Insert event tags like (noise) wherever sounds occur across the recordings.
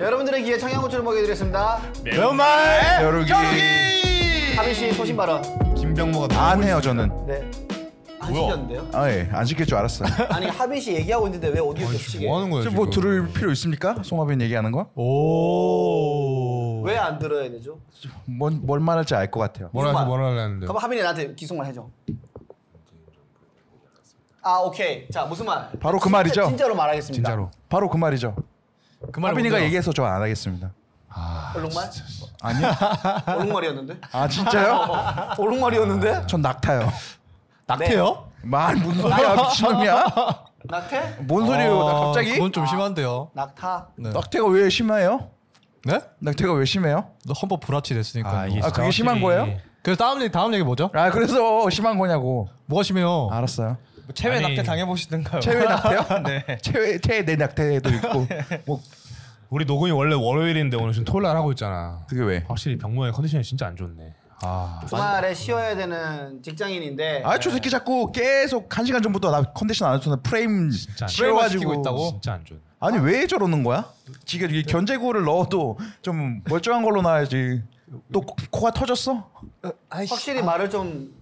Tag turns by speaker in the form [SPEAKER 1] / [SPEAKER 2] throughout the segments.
[SPEAKER 1] 여러분들의 귀에 청양고추를 먹여드렸습니다.
[SPEAKER 2] 네. 정말
[SPEAKER 3] 겨루기
[SPEAKER 1] 하빈 씨 소신 발언.
[SPEAKER 2] 김병모가
[SPEAKER 3] 안 해요 저는
[SPEAKER 1] 네. 안
[SPEAKER 2] 아, 뭐야?
[SPEAKER 1] 시켰는데요?
[SPEAKER 3] 아예안 시킬 줄 알았어요
[SPEAKER 2] (laughs)
[SPEAKER 1] 아니 하빈 씨 얘기하고 있는데 왜 어디서 시키게?
[SPEAKER 2] 뭐 하는 거야
[SPEAKER 3] 지금
[SPEAKER 2] 지금?
[SPEAKER 3] 뭐 들을 필요 있습니까? 송하빈 얘기하는 거?
[SPEAKER 2] 오.
[SPEAKER 1] 왜 안 들어야 되죠?
[SPEAKER 3] 뭔, 뭘 말할지 알 것 같아요
[SPEAKER 2] 뭐라
[SPEAKER 1] 이거
[SPEAKER 2] 해서
[SPEAKER 1] 봐.
[SPEAKER 2] 뭐라 하려는데?
[SPEAKER 1] 그럼 하빈이 나한테 기속만 해줘. 아 오케이. 자 무슨 말?
[SPEAKER 3] 바로 그 말이죠?
[SPEAKER 1] 진짜- 진짜로 말하겠습니다.
[SPEAKER 2] 진짜로.
[SPEAKER 3] 바로 그 말이죠
[SPEAKER 2] 그
[SPEAKER 3] 하빈이가 얘기해서 저 안 하겠습니다
[SPEAKER 1] 얼룩말?
[SPEAKER 3] 아니요
[SPEAKER 1] (laughs) 얼룩말이었는데?
[SPEAKER 3] 아
[SPEAKER 2] (laughs)
[SPEAKER 3] 진짜요?
[SPEAKER 1] 얼룩말이었는데?
[SPEAKER 3] 전 낙타요
[SPEAKER 2] 낙태요?
[SPEAKER 3] 말 무슨 소리야 미친놈이야
[SPEAKER 1] 낙태?
[SPEAKER 3] 뭔 소리예요 나 갑자기
[SPEAKER 2] 아. 그건 좀 심한데요.
[SPEAKER 1] 낙타.
[SPEAKER 2] 네.
[SPEAKER 3] 낙태가 왜 심해요?
[SPEAKER 4] 네?
[SPEAKER 3] 낙태가 왜 심해요?
[SPEAKER 4] 너 헌법 불합치 됐으니까.
[SPEAKER 2] 아, 이게
[SPEAKER 3] 아 그게 심한 거예요?
[SPEAKER 4] 그래서 다음 얘기 다음 얘기 뭐죠?
[SPEAKER 3] 아 그래서 심한 거냐고
[SPEAKER 4] 뭐가 심해요?
[SPEAKER 3] 알았어요
[SPEAKER 5] 체외
[SPEAKER 2] 아니.
[SPEAKER 5] 낙태
[SPEAKER 2] (laughs)
[SPEAKER 5] 당해보시던가요?
[SPEAKER 3] 체외 낙태요?
[SPEAKER 2] 네.
[SPEAKER 3] 체외 체외 내 낙태도 있고 뭐
[SPEAKER 2] 우리 녹음이 원래 월요일인데 오늘 지금 토요일 날 하고 있잖아.
[SPEAKER 3] 그게 왜?
[SPEAKER 2] 확실히 병모의 컨디션이 진짜 안 좋네. 아.
[SPEAKER 1] 주말에 쉬어야 되는 직장인인데.
[SPEAKER 3] 아저 새끼 자꾸 계속 한 시간 전부터 나 컨디션 안 좋다는 프레임
[SPEAKER 4] 시키고 있다고?
[SPEAKER 2] 진짜 안 좋네.
[SPEAKER 3] 아니 왜 저러는 거야? 지가 이게 견제구를 넣어도 좀 멀쩡한 걸로 나야지. 또 코- 코가 터졌어?
[SPEAKER 1] 확실히 말을 좀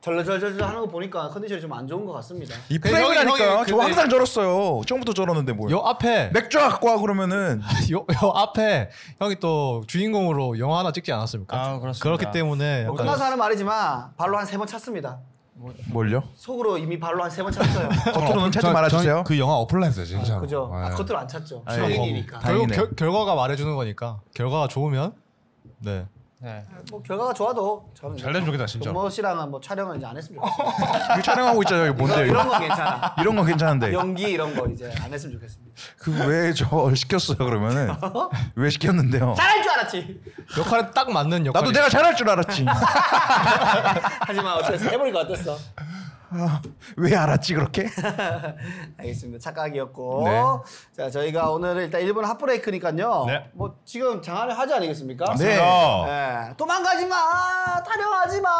[SPEAKER 1] 절절절절 하는 거 보니까 컨디션이 좀 안 좋은 것 같습니다.
[SPEAKER 3] 이
[SPEAKER 4] 그 형이-
[SPEAKER 3] 프레임이라니까.
[SPEAKER 4] 형이
[SPEAKER 3] 저
[SPEAKER 4] 근데-
[SPEAKER 3] 항상 저랬어요. 처음부터 저러는데 뭘?
[SPEAKER 4] 요 앞에
[SPEAKER 3] 맥주 갖고 와 그러면은
[SPEAKER 4] 요, 요 앞에 형이 또 주인공으로 영화 하나 찍지 않았습니까?
[SPEAKER 5] 아, 그렇습니다.
[SPEAKER 4] 그렇기 때문에 약간
[SPEAKER 1] 끝나서 하는 말이지만 발로 한 세 번 찼습니다.
[SPEAKER 3] 뭘요?
[SPEAKER 1] 속으로 이미 발로 한 세 번 찼어요.
[SPEAKER 3] 겉으로는 찾지 말아주세요.
[SPEAKER 2] 그 영화 어플라이스
[SPEAKER 4] 그렇죠.
[SPEAKER 2] 진짜로.
[SPEAKER 1] 그죠? 아,
[SPEAKER 4] 네.
[SPEAKER 2] 예.
[SPEAKER 1] 겉으로 안 찼죠.
[SPEAKER 3] 아니,
[SPEAKER 1] 성인이니까.
[SPEAKER 3] 다-
[SPEAKER 4] 결국
[SPEAKER 3] 다행이네.
[SPEAKER 4] 결, 결과가 말해주는 거니까 결과가 좋으면 네.
[SPEAKER 5] 네.
[SPEAKER 1] 뭐 결과가 좋아도 저는
[SPEAKER 2] 잘 되면 좋겠다 진짜. 로
[SPEAKER 1] 정모 씨랑은 뭐 촬영을 이제 안 했으면 좋겠어요.
[SPEAKER 3] 이거 촬영하고 있잖아. 여기
[SPEAKER 1] 이런
[SPEAKER 3] 뭔데? 이거? 네.
[SPEAKER 1] 건
[SPEAKER 3] (laughs)
[SPEAKER 1] 괜찮아.
[SPEAKER 3] 이런 건 괜찮은데.
[SPEAKER 1] 연기 이런 거 이제 안 했으면 좋겠습니다.
[SPEAKER 3] 그 왜 저 (laughs) 시켰어요
[SPEAKER 4] (laughs)
[SPEAKER 3] 그러면은 왜 시켰는데요?
[SPEAKER 1] 잘할 줄 알았지.
[SPEAKER 4] 역할에 딱 맞는 역할.
[SPEAKER 3] 나도 내가 잘할 줄
[SPEAKER 4] (laughs)
[SPEAKER 3] 알았지.
[SPEAKER 1] 하지만 어땠어? 해보니까 어땠어?
[SPEAKER 3] 왜 알았지 그렇게?
[SPEAKER 1] 알겠습니다. 착각이었고.
[SPEAKER 3] 네.
[SPEAKER 1] 자, 저희가 오늘 일단 일본 핫브레이크니까요.
[SPEAKER 2] 네.
[SPEAKER 1] 뭐 지금 장안의 하지 아니겠습니까?
[SPEAKER 3] 네.
[SPEAKER 1] 예. 도망가지 마! 타령하지 마!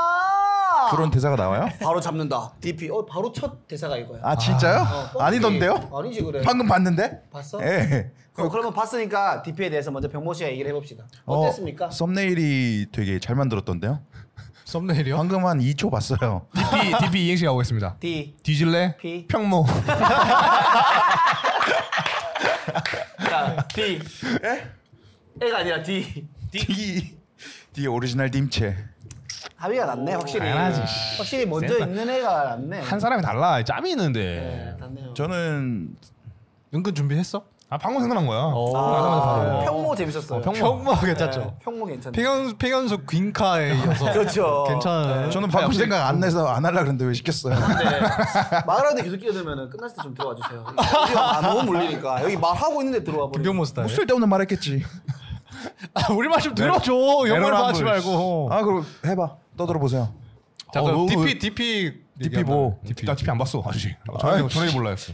[SPEAKER 3] 그런 대사가 나와요?
[SPEAKER 1] 바로 잡는다. DP. 어, 바로 첫 대사가 이거야.
[SPEAKER 3] 아 진짜요?
[SPEAKER 1] 어,
[SPEAKER 3] 아니던데요?
[SPEAKER 1] 뻔뻔히. 아니지, 그래.
[SPEAKER 3] 방금 봤는데?
[SPEAKER 1] 봤어?
[SPEAKER 3] 예.
[SPEAKER 1] 그럼, 그러면 봤으니까 DP에 대해서 먼저 병모 씨가 얘기를 해봅시다. 어땠습니까?
[SPEAKER 3] 어, 썸네일이 되게 잘 만들었던데요?
[SPEAKER 4] 썸네일이요.
[SPEAKER 3] 방금 한 2초 봤어요. (laughs)
[SPEAKER 2] DP DP 이행시 하고 있습니다.
[SPEAKER 1] D.
[SPEAKER 2] 뒤질래?
[SPEAKER 1] P.
[SPEAKER 2] 평모.
[SPEAKER 1] 자, D. 에? 가 아니라 D.
[SPEAKER 3] D D 오리지널 님체.
[SPEAKER 1] 합의가 낫네, 확실히.
[SPEAKER 2] 당연하지.
[SPEAKER 1] 확실히 먼저
[SPEAKER 2] 센스.
[SPEAKER 1] 있는 애가 낫네.
[SPEAKER 2] 한 사람이 달라. 짬이 있는데.
[SPEAKER 1] 네, 낫네요.
[SPEAKER 3] 저는
[SPEAKER 4] 은근 준비했어?
[SPEAKER 2] 아 방금 생각난 거야.
[SPEAKER 1] 아,
[SPEAKER 4] 어,
[SPEAKER 2] 나가자마자 바로.
[SPEAKER 1] 평모 재밌었어요.
[SPEAKER 4] 평모 괜찮죠.
[SPEAKER 1] 네, 평모 괜찮네.
[SPEAKER 4] 평현 평현수 귄카에 이어서
[SPEAKER 1] (laughs) 그렇죠.
[SPEAKER 4] 괜찮은.
[SPEAKER 3] 저는 방금 생각 안 내서 안 하려 그랬는데 왜 시켰어요?
[SPEAKER 1] 네. 말하는데 계속 끼어들면 끝날 때 좀 들어와 주세요. 우리가 너무 몰리니까 여기 말하고 있는데 들어와 버리면
[SPEAKER 4] 김병모 스타일.
[SPEAKER 3] 뭐 쓸데없는 말 했겠지.
[SPEAKER 4] 아, 우리 말 좀 들어줘. 영어를
[SPEAKER 2] 내로남불.
[SPEAKER 4] 하지 말고.
[SPEAKER 3] 아 그럼 해봐. 떠들어 보세요.
[SPEAKER 4] 자,
[SPEAKER 2] 어,
[SPEAKER 4] 그럼
[SPEAKER 2] 너무-
[SPEAKER 4] DP DP
[SPEAKER 3] DP 뭐?
[SPEAKER 2] DP 나 DP 안 봤어 아직. 전에 전에 몰라 했어.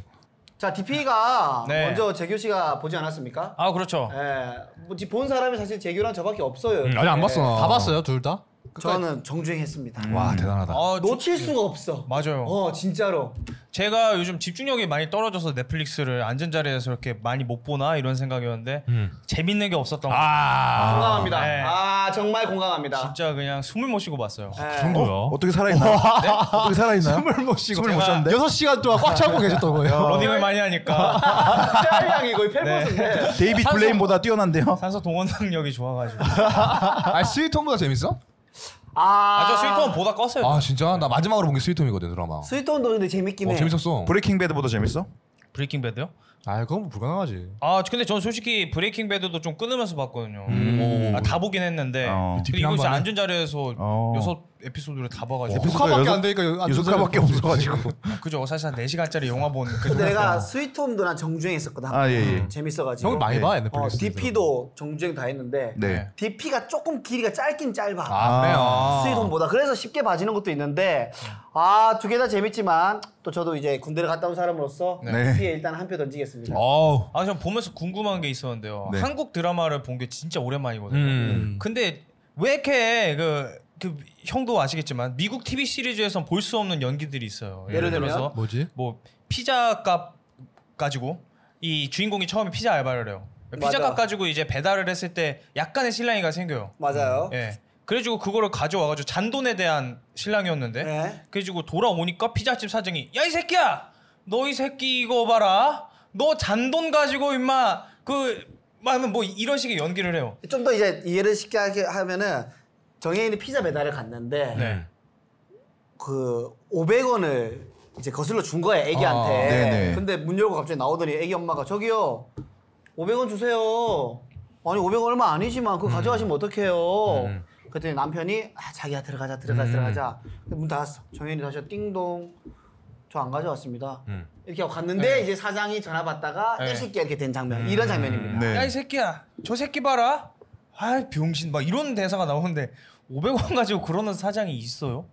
[SPEAKER 1] 자 DP가
[SPEAKER 5] 네.
[SPEAKER 1] 먼저 재규 씨가 보지 않았습니까?
[SPEAKER 5] 아 그렇죠.
[SPEAKER 1] 예, 뭐지 본 사람이 사실 재규랑 저밖에 없어요.
[SPEAKER 2] 아직 네, 안
[SPEAKER 1] 예.
[SPEAKER 2] 봤어.
[SPEAKER 4] 다 봤어요, 둘 다?
[SPEAKER 1] 저는 정주행했습니다.
[SPEAKER 2] 와 대단하다.
[SPEAKER 5] 아, 저-
[SPEAKER 1] 음. 놓칠 수가 없어.
[SPEAKER 5] 맞아요.
[SPEAKER 1] 어 진짜로.
[SPEAKER 5] 제가 요즘 집중력이 많이 떨어져서 넷플릭스를 앉은 자리에서 이렇게 많이 못 보나 이런 생각이었는데 재밌는 게 없었던 거.
[SPEAKER 2] 음. 아.
[SPEAKER 1] 공감합니다.
[SPEAKER 5] 네.
[SPEAKER 1] 아 정말 공감합니다.
[SPEAKER 5] 진짜 그냥 숨을 못 쉬고 봤어요.
[SPEAKER 1] 예.
[SPEAKER 2] 그런 거야.
[SPEAKER 3] 어떻게 살아있나요? 네? 어떻게 살아있나요?
[SPEAKER 4] 숨을 못 쉬고.
[SPEAKER 3] 숨을 못 쉬었는데? 어.
[SPEAKER 4] 6시간 동안
[SPEAKER 2] (laughs)
[SPEAKER 4] 꽉 참고 계셨던 거예요.
[SPEAKER 5] 러닝을 많이
[SPEAKER 2] 아.
[SPEAKER 5] 하니까
[SPEAKER 1] 태양이 거의 펠버스인데.
[SPEAKER 3] 데이빗 블레인보다 뛰어난데요?
[SPEAKER 5] (laughs) 산소 동원 능력이 좋아가지고.
[SPEAKER 2] 아 스위트홈보다 재밌어?
[SPEAKER 1] 아.
[SPEAKER 5] 아저 스위트홈 보다 껐어요.
[SPEAKER 2] 아 진짜? 나 마지막으로 본 게 스위트홈이거든 드라마. 어
[SPEAKER 1] 스위트홈도 근데 재밌긴 해.
[SPEAKER 2] 재밌었어.
[SPEAKER 3] 브레이킹 배드보다 재밌어?
[SPEAKER 5] 브레이킹 배드요?
[SPEAKER 4] 네. 아, 그건 뭐 불가능하지.
[SPEAKER 5] 아 근데 전 솔직히 브레이킹 배드도 좀 끊으면서 봤거든요.
[SPEAKER 2] 음.
[SPEAKER 5] 아, 다 보긴 했는데
[SPEAKER 3] 어.
[SPEAKER 5] 근데
[SPEAKER 2] DP
[SPEAKER 5] 이거
[SPEAKER 2] 한
[SPEAKER 5] 진짜
[SPEAKER 2] 번에? 어.
[SPEAKER 5] 앉은 자리에서
[SPEAKER 3] 어.
[SPEAKER 5] 여섯 에피소드를 다 봐가지고
[SPEAKER 4] 녹화밖에
[SPEAKER 3] 여섯-
[SPEAKER 4] 안 되니까 안
[SPEAKER 3] 여섯
[SPEAKER 4] 되잖아요.
[SPEAKER 3] 가밖에 없어가지고.
[SPEAKER 5] 그죠 사실 한4 시간짜리 영화 본그
[SPEAKER 1] 근데 내가 스위트홈도 난 정주행했었거든. 음,
[SPEAKER 3] 아, 예, 예.
[SPEAKER 1] 재밌어가지고.
[SPEAKER 4] 형을 많이
[SPEAKER 3] 네.
[SPEAKER 4] 봐,
[SPEAKER 1] 어,
[SPEAKER 4] 넷플릭스.
[SPEAKER 1] DP도 정주행 다 했는데
[SPEAKER 3] 네.
[SPEAKER 1] DP가 조금 길이가 짧긴 짧아.
[SPEAKER 2] 아 그래요.
[SPEAKER 1] 스위돈보다 그래서 쉽게 봐지는 것도 있는데 아 두 개 다 재밌지만 또 저도 이제 군대를 갔다 온 사람으로서
[SPEAKER 3] 네.
[SPEAKER 1] DP에 일단 한 표 던지겠습니다.
[SPEAKER 2] 어우.
[SPEAKER 5] 아, 전 보면서 궁금한 게 있었는데요.
[SPEAKER 3] 네.
[SPEAKER 5] 한국 드라마를 본 게 진짜 오랜만이거든요.
[SPEAKER 2] 음.
[SPEAKER 5] 근데 왜 이렇게 그, 그 형도 아시겠지만 미국 TV 시리즈에선 볼 수 없는 연기들이 있어요. 예를
[SPEAKER 1] 예를 들면?
[SPEAKER 5] 들어서
[SPEAKER 2] 아,
[SPEAKER 4] 뭐지?
[SPEAKER 5] 뭐 피자 값 가지고 이 주인공이 처음에 피자 알바를 해요. 피자값
[SPEAKER 1] 맞아.
[SPEAKER 5] 가지고 이제 배달을 했을 때 약간의 신랑이가 생겨요.
[SPEAKER 1] 맞아요.
[SPEAKER 5] 예. 그래가지고 그거를 가져와가지고 잔돈에 대한 신랑이었는데
[SPEAKER 1] 네.
[SPEAKER 5] 그래가지고 돌아오니까 피자집 사장이 야 이 새끼야 너 이 새끼 이거 봐라 너 잔돈 가지고 임마 그 하면 뭐 이런 식의 연기를 해요.
[SPEAKER 1] 좀 더 이제 이해를 쉽게 하게 하면은 정혜인이 피자 배달을 갔는데
[SPEAKER 5] 네.
[SPEAKER 1] 그 500원을 이제 거슬러 준 거야 애기한테.
[SPEAKER 3] 아, 네네.
[SPEAKER 1] 근데 문 열고 갑자기 나오더니 애기 엄마가 저기요 500원 주세요. 아니 500원 얼마 아니지만 그거 가져가시면 어떡해요. 그랬더니 남편이 아, 자기야 들어가자 들어가자 들어가자. 근데 문 닫았어. 정혜인이 다시 띵동 저 안 가져왔습니다.
[SPEAKER 2] 음.
[SPEAKER 1] 이렇게 하고 갔는데 이제 사장이 전화 받다가
[SPEAKER 5] 네.
[SPEAKER 1] 이 새끼야 이렇게 된 장면 이런 장면입니다.
[SPEAKER 3] 네.
[SPEAKER 5] 야 이 새끼야 저 새끼 봐라 아 병신 막 이런 대사가 나오는데 500원 가지고 그러는 사장이 있어요?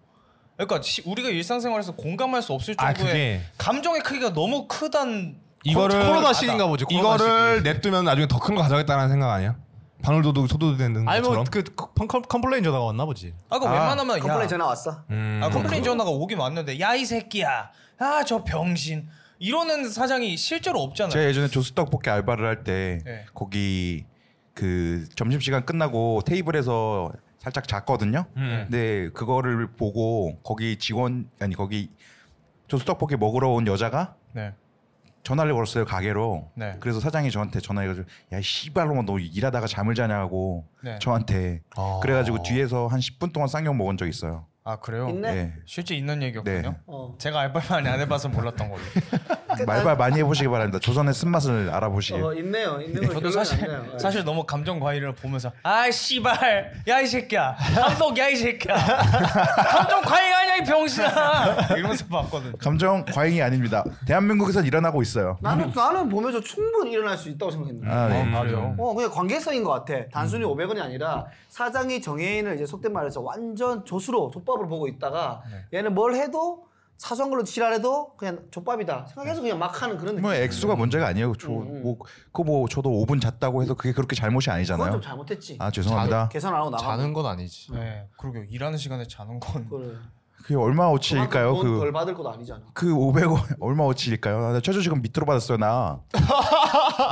[SPEAKER 5] 그러니까 시- 우리가 일상생활에서 공감할 수 없을
[SPEAKER 2] 아,
[SPEAKER 5] 정도의
[SPEAKER 2] 그게-
[SPEAKER 5] 감정의 크기가 너무 크단
[SPEAKER 2] 이거를
[SPEAKER 4] 코로나 시기인가 보지, 코로나
[SPEAKER 2] 이거를 냅두면 나중에 더 큰 거 가져가겠다는 생각 아니야? 바늘도둑 소도둑 되는
[SPEAKER 4] 아니
[SPEAKER 2] 음, 것처럼.
[SPEAKER 4] 뭐그 컴플레인 전화가 왔나 보지.
[SPEAKER 5] 아까
[SPEAKER 3] 아,
[SPEAKER 5] 웬만하면
[SPEAKER 1] 컴플레인
[SPEAKER 5] 네. 야,
[SPEAKER 1] 전화 왔어.
[SPEAKER 2] 음.
[SPEAKER 5] 아, 컴플레인 전화가 오긴 왔는데 야 이 새끼야 아 저 병신 이러는 사장이 실제로 없잖아요.
[SPEAKER 3] 제가 예전에 조수 떡볶이 알바를 할 때
[SPEAKER 5] 네.
[SPEAKER 3] 거기 그 점심 시간 끝나고 테이블에서 살짝 잤거든요.
[SPEAKER 2] 음.
[SPEAKER 3] 근데 그거를 보고 거기 직원 아니 거기 조수 떡볶이 먹으러 온 여자가
[SPEAKER 5] 네.
[SPEAKER 3] 전화를 걸었어요 가게로.
[SPEAKER 5] 네.
[SPEAKER 3] 그래서 사장이 저한테 전화해가지고 야이 씨발로만 너 일하다가 잠을 자냐고
[SPEAKER 5] 네.
[SPEAKER 3] 저한테
[SPEAKER 2] 아.
[SPEAKER 3] 그래가지고 뒤에서 한 10분 동안 쌍욕 먹은 적 있어요.
[SPEAKER 5] 아 그래요?
[SPEAKER 1] 있네.
[SPEAKER 3] 네.
[SPEAKER 5] 실제 있는 얘기였군요.
[SPEAKER 3] 네.
[SPEAKER 1] 어.
[SPEAKER 5] 제가 알바 많이 안 해봐서 몰랐던
[SPEAKER 1] (laughs)
[SPEAKER 5] 걸로.
[SPEAKER 3] 말발 많이 해보시기 바랍니다. 조선의 쓴맛을 알아보시길.
[SPEAKER 1] 아, 어, 있네요. 있는 거
[SPEAKER 5] 저도 사실
[SPEAKER 1] 네.
[SPEAKER 5] 사실 너무 감정 과잉을 보면서 아 씨발 야 이 새끼야 감독 야 이 새끼야 감정 과잉 아니야 이 병신아 (laughs) 이러면서
[SPEAKER 1] 어.
[SPEAKER 5] 봤거든.
[SPEAKER 3] 감정 과잉이 아닙니다. 대한민국에선 일어나고 있어요.
[SPEAKER 1] 예. 나는 나는 보면서 충분히 일어날 수 있다고 생각했는데.
[SPEAKER 3] 아, 음. 네.
[SPEAKER 5] 그래요?
[SPEAKER 1] 어, 그냥 관계성인 것 같아. 단순히 500원이 아니라 사장이 정혜인을 이제 속된 말해서 완전 조수로 족밥을 보고 있다가
[SPEAKER 3] 네.
[SPEAKER 1] 얘는 뭘 해도 사소한 걸로 지랄해도 그냥 족밥이다 생각해서 그냥 막 하는 그런 느낌.
[SPEAKER 3] 뭐 액수가 문제가 아니에요. 저,
[SPEAKER 1] 음,
[SPEAKER 3] 뭐, 그거 뭐 저도 5분 잤다고 해서 그게 그렇게 잘못이
[SPEAKER 1] 그건 좀
[SPEAKER 3] 아니잖아요.
[SPEAKER 1] 잘못했지.
[SPEAKER 3] 아 죄송합니다.
[SPEAKER 1] 계산 안 하고 나가.
[SPEAKER 4] 자는 건 아니지.
[SPEAKER 5] 네 그러게요 일하는 시간에 자는 건
[SPEAKER 1] 그걸
[SPEAKER 3] 그게 얼마 어치일까요?
[SPEAKER 1] 돈덜
[SPEAKER 3] 그,
[SPEAKER 1] 받을 것도 아니잖아.
[SPEAKER 3] 그 500원 (laughs) 얼마 어치일까요? 아, 나 최저 지금 밑으로 받았어요 나.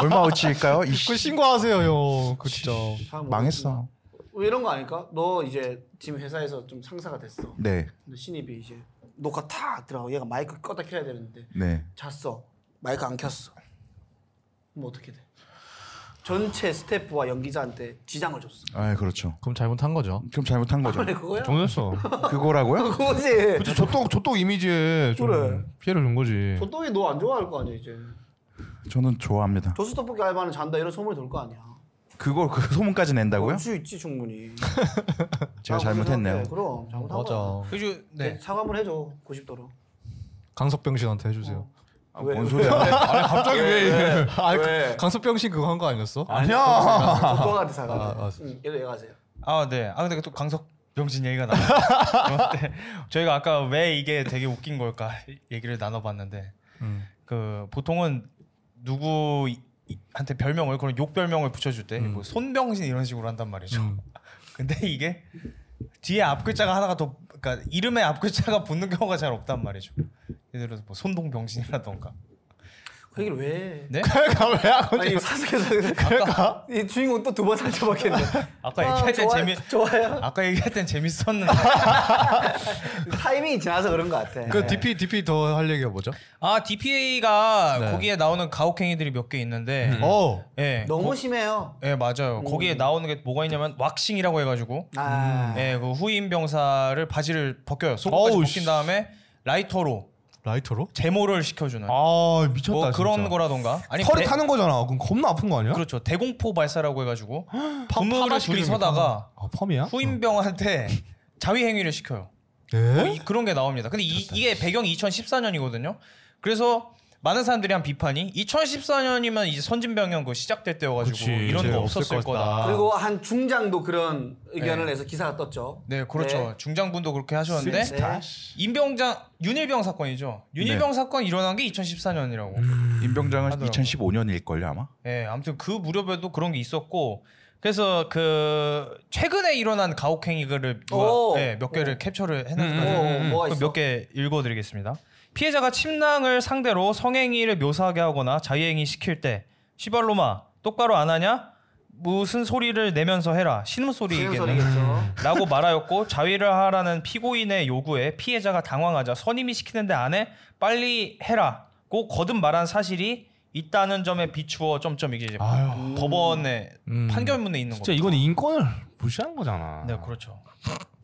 [SPEAKER 3] 얼마 어치일까요?
[SPEAKER 4] 그
[SPEAKER 3] 이씨
[SPEAKER 4] 신고하세요, 형. 그 진짜.
[SPEAKER 1] 다
[SPEAKER 3] 망했어.
[SPEAKER 1] 뭐 이런 거 아닐까? 너 이제 지금 회사에서 좀 상사가 됐어.
[SPEAKER 3] 네,
[SPEAKER 1] 근데 신입이 이제 녹화 다 들어가고 얘가 마이크 껐다 켜야 되는데
[SPEAKER 3] 네.
[SPEAKER 1] 잤어. 마이크 안 켰어. 그럼 어떻게 돼? 전체 스태프와 연기자한테 지장을 줬어.
[SPEAKER 3] 아 그렇죠.
[SPEAKER 4] 그럼 잘못한 거죠.
[SPEAKER 3] 그럼 잘못한 거죠.
[SPEAKER 1] 그래 아, 그거야?
[SPEAKER 2] 정했어.
[SPEAKER 3] 그거라고요?
[SPEAKER 1] (laughs) 그거지.
[SPEAKER 2] 그치 조똑 조똑 이미지에 좀
[SPEAKER 1] 그래.
[SPEAKER 2] 피해를 준 거지.
[SPEAKER 1] 조또이 너 안 좋아할 거 아니야 이제.
[SPEAKER 3] 저는 좋아합니다.
[SPEAKER 1] 조수 떡볶이 알바는 잔다 이런 소문이 돌 거 아니야.
[SPEAKER 3] 그걸 그 소문까지 낸다고요?
[SPEAKER 1] 수 있지 충분히.
[SPEAKER 3] 제가
[SPEAKER 1] 나 그렇게
[SPEAKER 3] 잘못했네요.
[SPEAKER 1] 생각해. 그럼 잘못한 거야.
[SPEAKER 4] 맞아.
[SPEAKER 5] 그죠
[SPEAKER 1] 네.
[SPEAKER 5] 네
[SPEAKER 1] 사과문 해줘 90도로.
[SPEAKER 4] 강석병 씨한테 해주세요.
[SPEAKER 3] 아,
[SPEAKER 1] 왜? (laughs)
[SPEAKER 3] 뭔 소리야?
[SPEAKER 2] 갑자기 왜?
[SPEAKER 4] 아, 그, 강석병 씨 그거 한 거 아니었어?
[SPEAKER 2] 아니야.
[SPEAKER 1] 조또한테 사과.
[SPEAKER 4] 아, 아.
[SPEAKER 1] 응, 얘도 얘가세요.
[SPEAKER 5] 아 네. 아 근데 또 강석 병신 얘기가 나왔는데
[SPEAKER 4] (laughs)
[SPEAKER 5] 저희가 아까 왜 이게 되게 웃긴 걸까 얘기를 나눠봤는데
[SPEAKER 4] 음.
[SPEAKER 5] 그 보통은 누구한테 별명을 그런 욕 별명을 붙여줄 때 뭐 손병신 이런 식으로 한단 말이죠.
[SPEAKER 4] 음.
[SPEAKER 5] (laughs) 근데 이게 뒤에 앞 글자가 하나가 더 그러니까 이름에 앞 글자가 붙는 경우가 잘 없단 말이죠. 예를 들어서 뭐 손동병신이라던가.
[SPEAKER 1] 그 얘기를 왜?
[SPEAKER 5] 네?
[SPEAKER 4] 그러니까 왜 하고
[SPEAKER 1] 아니 사석에서 그러니까 이 주인공 또 두 번 상처받겠네.
[SPEAKER 5] 아까 얘기할 땐
[SPEAKER 1] 좋아-
[SPEAKER 5] 재미
[SPEAKER 1] 좋아요.
[SPEAKER 5] 아까 얘기할 땐 재밌었는데
[SPEAKER 1] 타이밍이 지나서 그런 것 같아.
[SPEAKER 4] 그 DP DP 더 할 얘기가 뭐죠?
[SPEAKER 5] 아 DPA가
[SPEAKER 4] 네.
[SPEAKER 5] 거기에 나오는 가혹행위들이 몇 개 있는데
[SPEAKER 2] 음.
[SPEAKER 4] 어.
[SPEAKER 5] 예.
[SPEAKER 1] 너무 심해요.
[SPEAKER 5] 예, 맞아요. 거기에 나오는 게 뭐가 있냐면 왁싱이라고 해 가지고
[SPEAKER 1] 아.
[SPEAKER 5] 예, 그 후임 병사를 바지를 벗겨요. 속옷까지
[SPEAKER 2] 어우,
[SPEAKER 5] 벗긴 다음에 라이터로
[SPEAKER 4] 라이터로?
[SPEAKER 5] 제모를 시켜 주는
[SPEAKER 2] 아 미쳤다.
[SPEAKER 5] 뭐 그런
[SPEAKER 2] 진짜.
[SPEAKER 5] 거라던가 아니
[SPEAKER 2] 털이
[SPEAKER 5] 대-
[SPEAKER 2] 타는 거잖아. 그럼 겁나 아픈 거 아니야?
[SPEAKER 5] 그렇죠. 대공포 발사라고
[SPEAKER 2] (gasps)
[SPEAKER 5] 해 가지고
[SPEAKER 4] 파-
[SPEAKER 5] 분무를
[SPEAKER 4] 파마
[SPEAKER 5] 둘이
[SPEAKER 4] 그 시키는
[SPEAKER 5] 서다가
[SPEAKER 2] 아 펌이야?
[SPEAKER 5] 후임 병한테
[SPEAKER 2] (laughs)
[SPEAKER 5] 자위 행위를 시켜요. 뭐
[SPEAKER 4] 예?
[SPEAKER 5] 이- 그런 게 나옵니다. 근데 이, 이게 배경이 2014년이거든요. 그래서 많은 사람들이 한 비판이 2014년이면 이제 선진병영 그 시작될 때여가지고
[SPEAKER 2] 그치,
[SPEAKER 5] 이런
[SPEAKER 2] 이제
[SPEAKER 5] 거
[SPEAKER 4] 없을
[SPEAKER 5] 없었을
[SPEAKER 4] 거다.
[SPEAKER 5] 거다.
[SPEAKER 1] 아. 그리고 한 중장도 그런 의견을
[SPEAKER 5] 네.
[SPEAKER 1] 내서 기사가 떴죠.
[SPEAKER 5] 네, 그렇죠. 중장군도 그렇게 하셨는데
[SPEAKER 1] 네. 네.
[SPEAKER 5] 임병장 윤일병 사건이죠. 윤일병 사건 일어난 게 2014년이라고.
[SPEAKER 3] 임병장은
[SPEAKER 5] 하더라고요.
[SPEAKER 3] 2015년일 걸요 아마.
[SPEAKER 5] 예, 아무튼 그 무렵에도 그런 게 있었고 그래서 그 최근에 일어난 가혹행위를
[SPEAKER 1] 오.
[SPEAKER 5] 예, 몇 개를
[SPEAKER 1] 오.
[SPEAKER 5] 캡처를
[SPEAKER 1] 오,
[SPEAKER 5] 해놨거든요.
[SPEAKER 1] 오, 뭐가 있어?
[SPEAKER 5] 몇 개 읽어드리겠습니다. 피해자가 침낭을 상대로 성행위를 묘사하게 하거나 자위행위 시킬 때 시발로마 똑바로 안 하냐? 무슨 소리를 내면서 해라. 신음소리겠네.
[SPEAKER 1] 소리겠죠.
[SPEAKER 5] 라고 말하였고 자위를 하라는 피고인의 요구에 피해자가 당황하자 선임이 시키는데 안 해? 빨리 해라고 거듭 말한 사실이 있다는 점에 비추어 점점 이게 이제
[SPEAKER 2] 아유.
[SPEAKER 5] 법원의
[SPEAKER 2] 음.
[SPEAKER 5] 판결문에 있는
[SPEAKER 2] 진짜
[SPEAKER 5] 거죠.
[SPEAKER 2] 이건 인권을 무시한 거잖아.
[SPEAKER 5] 네, 그렇죠.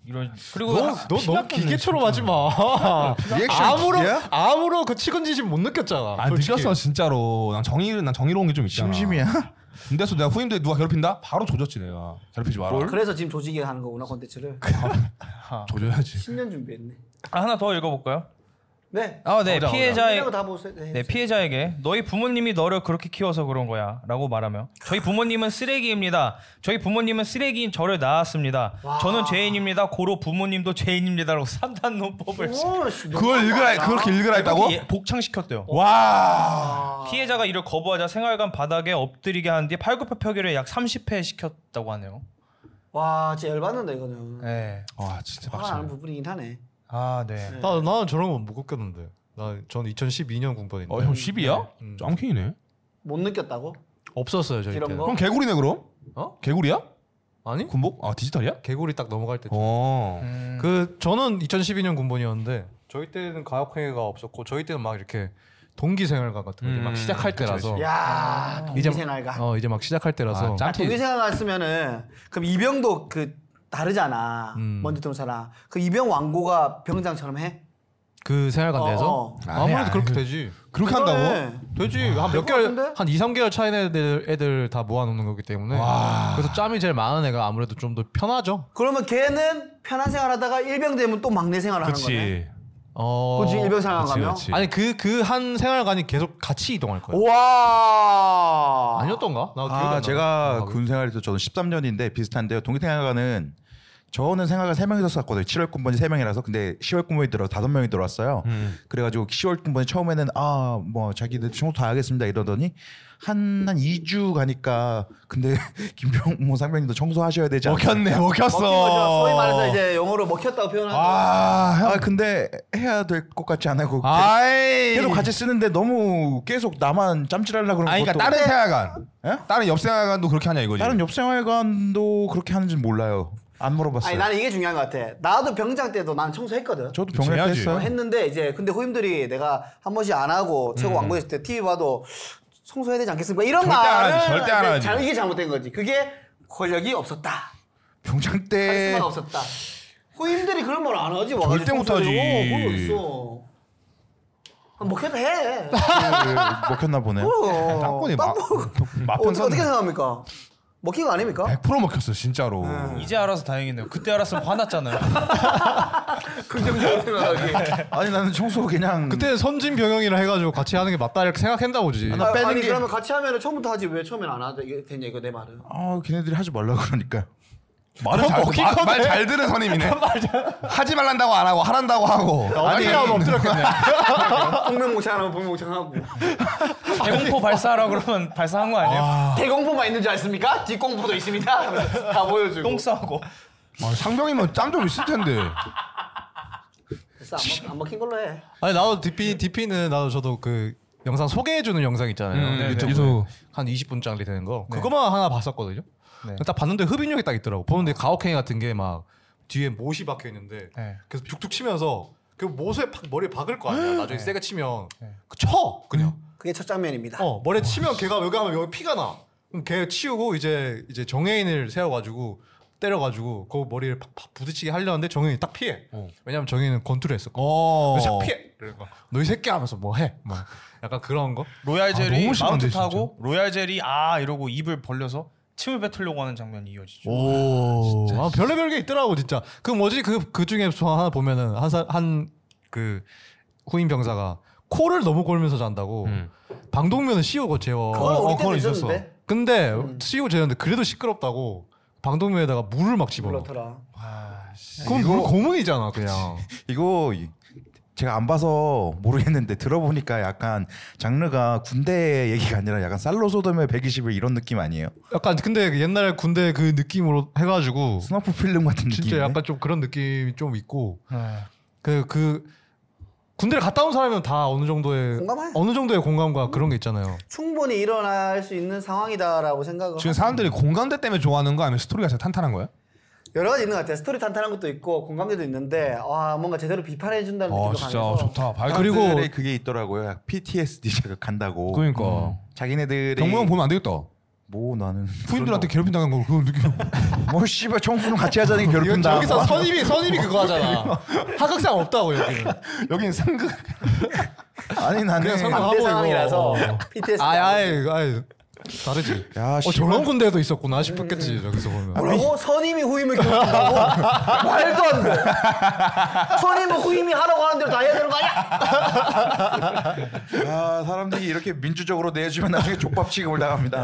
[SPEAKER 5] 이런 그리고
[SPEAKER 2] 뭐?
[SPEAKER 4] 너너너 기계처럼 하지 마.
[SPEAKER 2] (laughs)
[SPEAKER 3] 리액션
[SPEAKER 4] 아무런
[SPEAKER 3] 기계야?
[SPEAKER 4] 아무런 그 측은지심 못 느꼈잖아.
[SPEAKER 2] 아
[SPEAKER 4] 솔직히.
[SPEAKER 2] 느꼈어 진짜로. 난 정의 난 정의로운 게 좀 있잖아.
[SPEAKER 3] 심심이야.
[SPEAKER 2] 군대에서 내가 후임대 누가 괴롭힌다? 바로 조졌지 내가. 괴롭히지 마라.
[SPEAKER 1] 아, 그래서 지금 조직이 하는 거구나 콘텐츠를.
[SPEAKER 2] 조져야지.
[SPEAKER 1] 10년 준비했네.
[SPEAKER 5] 아, 하나 더 읽어볼까요?
[SPEAKER 1] 네.
[SPEAKER 5] 아, 네
[SPEAKER 4] 보자, 보자.
[SPEAKER 5] 피해자의
[SPEAKER 1] 끝나고 다 보세요. 네.
[SPEAKER 5] 네, 피해자에게 너희 부모님이 너를 그렇게 키워서 그런 거야 라고 말하며 저희 부모님은 쓰레기입니다. 저희 부모님은 쓰레기인 저를 낳았습니다.
[SPEAKER 1] 와.
[SPEAKER 5] 저는 죄인입니다. 고로 부모님도 죄인입니다. 라고 (laughs) 산단 논법을
[SPEAKER 1] 오, 씨, 네. 너무
[SPEAKER 2] (laughs) 그걸 읽으라
[SPEAKER 1] 많다.
[SPEAKER 2] 그렇게 읽으라 했다고?
[SPEAKER 5] 예, 복창시켰대요.
[SPEAKER 2] 와.
[SPEAKER 1] 아.
[SPEAKER 5] 피해자가 이를 거부하자 생활관 바닥에 엎드리게 한 뒤 팔굽혀 펴기를 약 30회 시켰다고 하네요.
[SPEAKER 1] 와, 진짜 열받는다 이거는.
[SPEAKER 5] 네.
[SPEAKER 2] 와 진짜
[SPEAKER 1] 화가 나는
[SPEAKER 2] 박수.
[SPEAKER 1] 부분이긴 하네.
[SPEAKER 5] 아, 네.
[SPEAKER 4] 나 나는 저런 건 못 겪었는데. 나전 2012년 군번인데
[SPEAKER 2] 어형 10이야?
[SPEAKER 4] 음.
[SPEAKER 2] 짱킹이네.
[SPEAKER 1] 못 느꼈다고?
[SPEAKER 4] 없었어요 저희
[SPEAKER 1] 이런
[SPEAKER 4] 때는.
[SPEAKER 1] 거?
[SPEAKER 2] 그럼 개구리네 그럼?
[SPEAKER 4] 어?
[SPEAKER 2] 개구리야?
[SPEAKER 4] 아니
[SPEAKER 2] 군복? 아 디지털이야?
[SPEAKER 4] 개구리 딱 넘어갈 때.
[SPEAKER 2] 어.
[SPEAKER 5] 음,
[SPEAKER 4] 그 저는 2012년 군번이었는데 저희 때는 가혹행위가 없었고 저희 때는 막 이렇게 동기생활관 같은 거 이제
[SPEAKER 2] 음,
[SPEAKER 4] 막 시작할 때라서
[SPEAKER 1] 야,
[SPEAKER 4] 어. 이제-
[SPEAKER 1] 동기생활가.
[SPEAKER 4] 어 이제 막 시작할 때라서
[SPEAKER 2] 아,
[SPEAKER 1] 아,
[SPEAKER 2] 짬티.
[SPEAKER 1] 동기생활 갔으면은 그럼 이병도 그 다르잖아.
[SPEAKER 4] 음.
[SPEAKER 1] 먼지 들어온 사람. 그 이병 왕고가 병장처럼 해?
[SPEAKER 4] 그 생활관
[SPEAKER 1] 어,
[SPEAKER 4] 내에서
[SPEAKER 1] 어. 아,
[SPEAKER 2] 안 해,
[SPEAKER 4] 아무래도
[SPEAKER 2] 안
[SPEAKER 4] 그렇게
[SPEAKER 2] 해.
[SPEAKER 4] 되지.
[SPEAKER 2] 그렇게 한다고?
[SPEAKER 1] 그래.
[SPEAKER 4] 되지 한 몇
[SPEAKER 1] 될것
[SPEAKER 4] 개월
[SPEAKER 1] 같은데?
[SPEAKER 4] 한 2, 3개월 차이 는 애들 애들 다 모아놓는 거기 때문에 그래서 짬이 제일 많은 애가 아무래도 좀 더 편하죠.
[SPEAKER 1] 그러면 걔는 편한 생활하다가 일병 되면 또 막내 생활을 하는 거네.
[SPEAKER 2] 그렇지.
[SPEAKER 4] 어
[SPEAKER 1] 그렇지. 일병 생활
[SPEAKER 2] 그렇지,
[SPEAKER 1] 가면.
[SPEAKER 2] 그렇지.
[SPEAKER 4] 아니 그 그 한 생활관이 계속 같이 이동할 거예요.
[SPEAKER 1] 와.
[SPEAKER 4] 아니었던가? 나 기억이 안
[SPEAKER 3] 아,
[SPEAKER 4] 나.
[SPEAKER 3] 제가
[SPEAKER 4] 아,
[SPEAKER 3] 군 생활에서 저는 13년인데 비슷한데요. 동기생활과는 저는 생활과 3명이서 썼거든요. 7월 군번이 3명이라서 근데 10월 군번이 들어서 5명이 들어왔어요.
[SPEAKER 2] 음.
[SPEAKER 3] 그래가지고 10월 군번이 처음에는 아 뭐 자기들 청소 다 하겠습니다 이러더니 한한 2주 가니까 근데 (laughs) 김병모 상병님도 청소하셔야 되지 않나요?
[SPEAKER 2] 먹혔네 먹혔어.
[SPEAKER 1] 먹힌 거죠. 소위 말해서 이제 영어로 먹혔다고 표현하는
[SPEAKER 3] 아, 아 근데 해야 될 것 같지 않아요. 아,
[SPEAKER 2] 아이.
[SPEAKER 3] 계속 같이 쓰는데 너무 계속 나만 짬질하려고 그러는
[SPEAKER 2] 아니
[SPEAKER 3] 것도
[SPEAKER 2] 그러니까 다른
[SPEAKER 1] 네.
[SPEAKER 2] 생활관.
[SPEAKER 3] 예?
[SPEAKER 2] 다른 옆 생활관도 그렇게 하냐 이거지.
[SPEAKER 3] 다른 옆생활관도 그렇게 하는지 는 몰라요. 안 물어봤어요.
[SPEAKER 1] 아니 나는 이게 중요한 것 같아. 나도 병장 때도 난 청소했거든.
[SPEAKER 3] 저도
[SPEAKER 2] 그치,
[SPEAKER 3] 병역
[SPEAKER 2] 해야지.
[SPEAKER 3] 했어요. 네,
[SPEAKER 1] 했는데 이제 근데 후임들이 내가 한 번씩 안 하고 최고 왕고 있을 때 TV 봐도 청소해야 되지 않겠습니까? 이런
[SPEAKER 2] 음. 절대 안 하지,
[SPEAKER 1] 말은
[SPEAKER 2] 절대 안 하지.
[SPEAKER 1] 잘- 이게 잘못된 거지. 그게 권력이 없었다.
[SPEAKER 3] 병장 때
[SPEAKER 1] 카리스마가 없었다. 예. 후임들이 그런 말 안 하지. 와가지고 어,
[SPEAKER 2] 절대 못
[SPEAKER 1] 청소해야
[SPEAKER 2] 하지.
[SPEAKER 1] 되고, 그거 어딨어. 먹혀도 해.
[SPEAKER 3] 예, 먹혔나 보네요.
[SPEAKER 1] 그럼.
[SPEAKER 2] 땅콩이
[SPEAKER 1] 빵
[SPEAKER 2] 어, 막-
[SPEAKER 1] 어, 먹-
[SPEAKER 2] (laughs) 막
[SPEAKER 1] 어,
[SPEAKER 2] 편
[SPEAKER 1] 어떻게 생각합니까? 먹힌 거 아닙니까?
[SPEAKER 2] 100% 먹혔어 진짜로.
[SPEAKER 5] 이제 알아서 다행이네요. 그때 알았으면 화났잖아요.
[SPEAKER 1] 긍정적으로 생각하기.
[SPEAKER 3] 아니 나는 청소 그냥
[SPEAKER 4] (laughs) 그때는 선진 병영이라 해가지고 같이 하는 게 맞다 이렇게 생각했나 보지.
[SPEAKER 3] 나 빼는
[SPEAKER 1] 아니
[SPEAKER 3] 게-
[SPEAKER 1] 그러면 같이 하면 처음부터 하지 왜 처음엔 안 하게 됐냐 이거 내 말은.
[SPEAKER 3] 아 걔네들이 하지 말라 그러니까.
[SPEAKER 2] 말을 잘,
[SPEAKER 4] 먹힌
[SPEAKER 2] 마,
[SPEAKER 4] 거네.
[SPEAKER 2] 말잘 들은 선임이네. 하지 말란다고 안 하고 하란다고 하고.
[SPEAKER 4] 어떻게 하면 엎드렸겠네.
[SPEAKER 1] 복면몽창 하면 복면몽창하고
[SPEAKER 5] (laughs) 대공포 발사하라 그러면 발사한 거 아니에요?
[SPEAKER 1] 대공포만 있는 줄 아십니까? 뒷공포도 있습니다. 하면서 다 보여주고.
[SPEAKER 5] 똥 싸고.
[SPEAKER 2] 아, 상병이면 짬 좀 있을 텐데.
[SPEAKER 1] 됐어 안, 먹, 안 먹힌 걸로 해.
[SPEAKER 4] 아니 나도 DP DP는 나도 저도 그 영상 소개해주는 영상 있잖아요.
[SPEAKER 2] 음,
[SPEAKER 4] 네, 유튜브
[SPEAKER 2] 유튜브.
[SPEAKER 4] 한 20분짜리 되는 거. 그거만 하나 봤었거든요.
[SPEAKER 5] 네.
[SPEAKER 4] 딱 봤는데 흡입력이 딱 있더라고. 보는데 가혹행위 같은 게 막 뒤에 못이 박혀 있는데
[SPEAKER 5] 네.
[SPEAKER 4] 그래서 툭툭 치면서 그 못에 팍 머리에 박을 거
[SPEAKER 5] (gasps)
[SPEAKER 4] 아니야.
[SPEAKER 5] 네.
[SPEAKER 4] 나중에 세게 치면 그 쳐. 그냥.
[SPEAKER 1] 그게 첫 장면입니다.
[SPEAKER 4] 어, 머리에 치면 걔가 여기 하면 여기 피가 나. 그럼 걔 치우고 이제 이제 정혜인을 세워 가지고 때려 가지고 그 머리를 팍팍 부딪히게 하려는데 정혜인이 딱 피해. 왜냐면 정혜인은 권투를 했었고.
[SPEAKER 2] 어.
[SPEAKER 4] 너이 피해. 그러니까 너이 새끼 하면서 뭐 해. 뭐 약간 그런 거.
[SPEAKER 5] 로얄 젤이
[SPEAKER 2] 너무
[SPEAKER 5] 마운트
[SPEAKER 2] 심한데,
[SPEAKER 5] 타고 로얄 젤이 아 이러고 입을 벌려서 침을 뱉으려고 하는 장면이 이어지죠.
[SPEAKER 4] 오, 아, 별의별 게 있더라고 진짜. 그 뭐지 그 그 중에 저 하나 보면은 한한그 후임 병사가 코를 너무 골면서 잔다고
[SPEAKER 2] 음.
[SPEAKER 4] 방독면을 씌우고 재워.
[SPEAKER 1] 그건 우리 때도
[SPEAKER 4] 어, 그건
[SPEAKER 1] 있었는데? 음.
[SPEAKER 4] 근데 씌우고 재는데 그래도 시끄럽다고 방독면에다가 물을 막 집어.
[SPEAKER 1] 불러더라.
[SPEAKER 4] 그건 물 고문이잖아 그냥.
[SPEAKER 3] 이거 이- 제가 안 봐서 모르겠는데 들어보니까 약간 장르가 군대 얘기가 아니라 약간 살로소돔의 120일 이런 느낌 아니에요?
[SPEAKER 4] 약간 근데 옛날 군대 그 느낌으로 해가지고
[SPEAKER 3] 스노프 필름 같은 느낌.
[SPEAKER 4] 네. 진짜 약간 좀 그런 느낌이 좀 있고
[SPEAKER 5] 네.
[SPEAKER 4] 그 그 군대를 갔다 온 사람이면 다 어느 정도의
[SPEAKER 1] 공감해.
[SPEAKER 4] 어느 정도의 공감과 그런 게 있잖아요.
[SPEAKER 1] 충분히 일어날 수 있는 상황이다라고 생각을
[SPEAKER 2] 지금 사람들이 공감대 때문에 좋아하는 거 아니면 스토리가 진짜 탄탄한 거야?
[SPEAKER 1] 여러 가지 있는 것 같아요. 스토리 탄탄한 것도 있고 공감대도 있는데 아 뭔가 제대로 비판해 준다는
[SPEAKER 2] 아
[SPEAKER 1] 느낌도
[SPEAKER 2] 진짜
[SPEAKER 1] 강해서
[SPEAKER 2] 좋다. 발
[SPEAKER 4] 그리고-
[SPEAKER 3] 사람들의 그게 있더라고요. PTSD 제가 간다고.
[SPEAKER 2] 그러니까
[SPEAKER 3] 자기네들이
[SPEAKER 2] 경무형 보면 안 되겠다.
[SPEAKER 3] 뭐 나는
[SPEAKER 2] 후임들한테 괴롭힌다는 거 그걸 느끼고
[SPEAKER 3] 뭐 씨발 청소는 같이
[SPEAKER 4] (laughs)
[SPEAKER 3] 하자니 괴롭힌다.
[SPEAKER 4] 여기서 선임이 선임이 그거 하잖아. 하극상 없다고 여기는.
[SPEAKER 2] 여긴 상극
[SPEAKER 3] 아니 나는
[SPEAKER 4] 그냥 선거
[SPEAKER 1] 반대
[SPEAKER 4] 하고 이거.
[SPEAKER 1] 상황이라서
[SPEAKER 4] 어.
[SPEAKER 1] BTS
[SPEAKER 4] 아이 아이 아이 다르지.
[SPEAKER 3] 야,
[SPEAKER 4] 어
[SPEAKER 3] 씨발.
[SPEAKER 4] 저런 군대도 있었구나 싶었겠지 저기서 보면.
[SPEAKER 1] 뭐라고 선임이 후임을 교육한다고 말도 안돼 선임은 후임이 하라고 하는 대로 다 해야 되는 거 아니야?
[SPEAKER 3] 아 사람들이 이렇게 민주적으로 내주면 나중에 족밥 취급을 당합니다.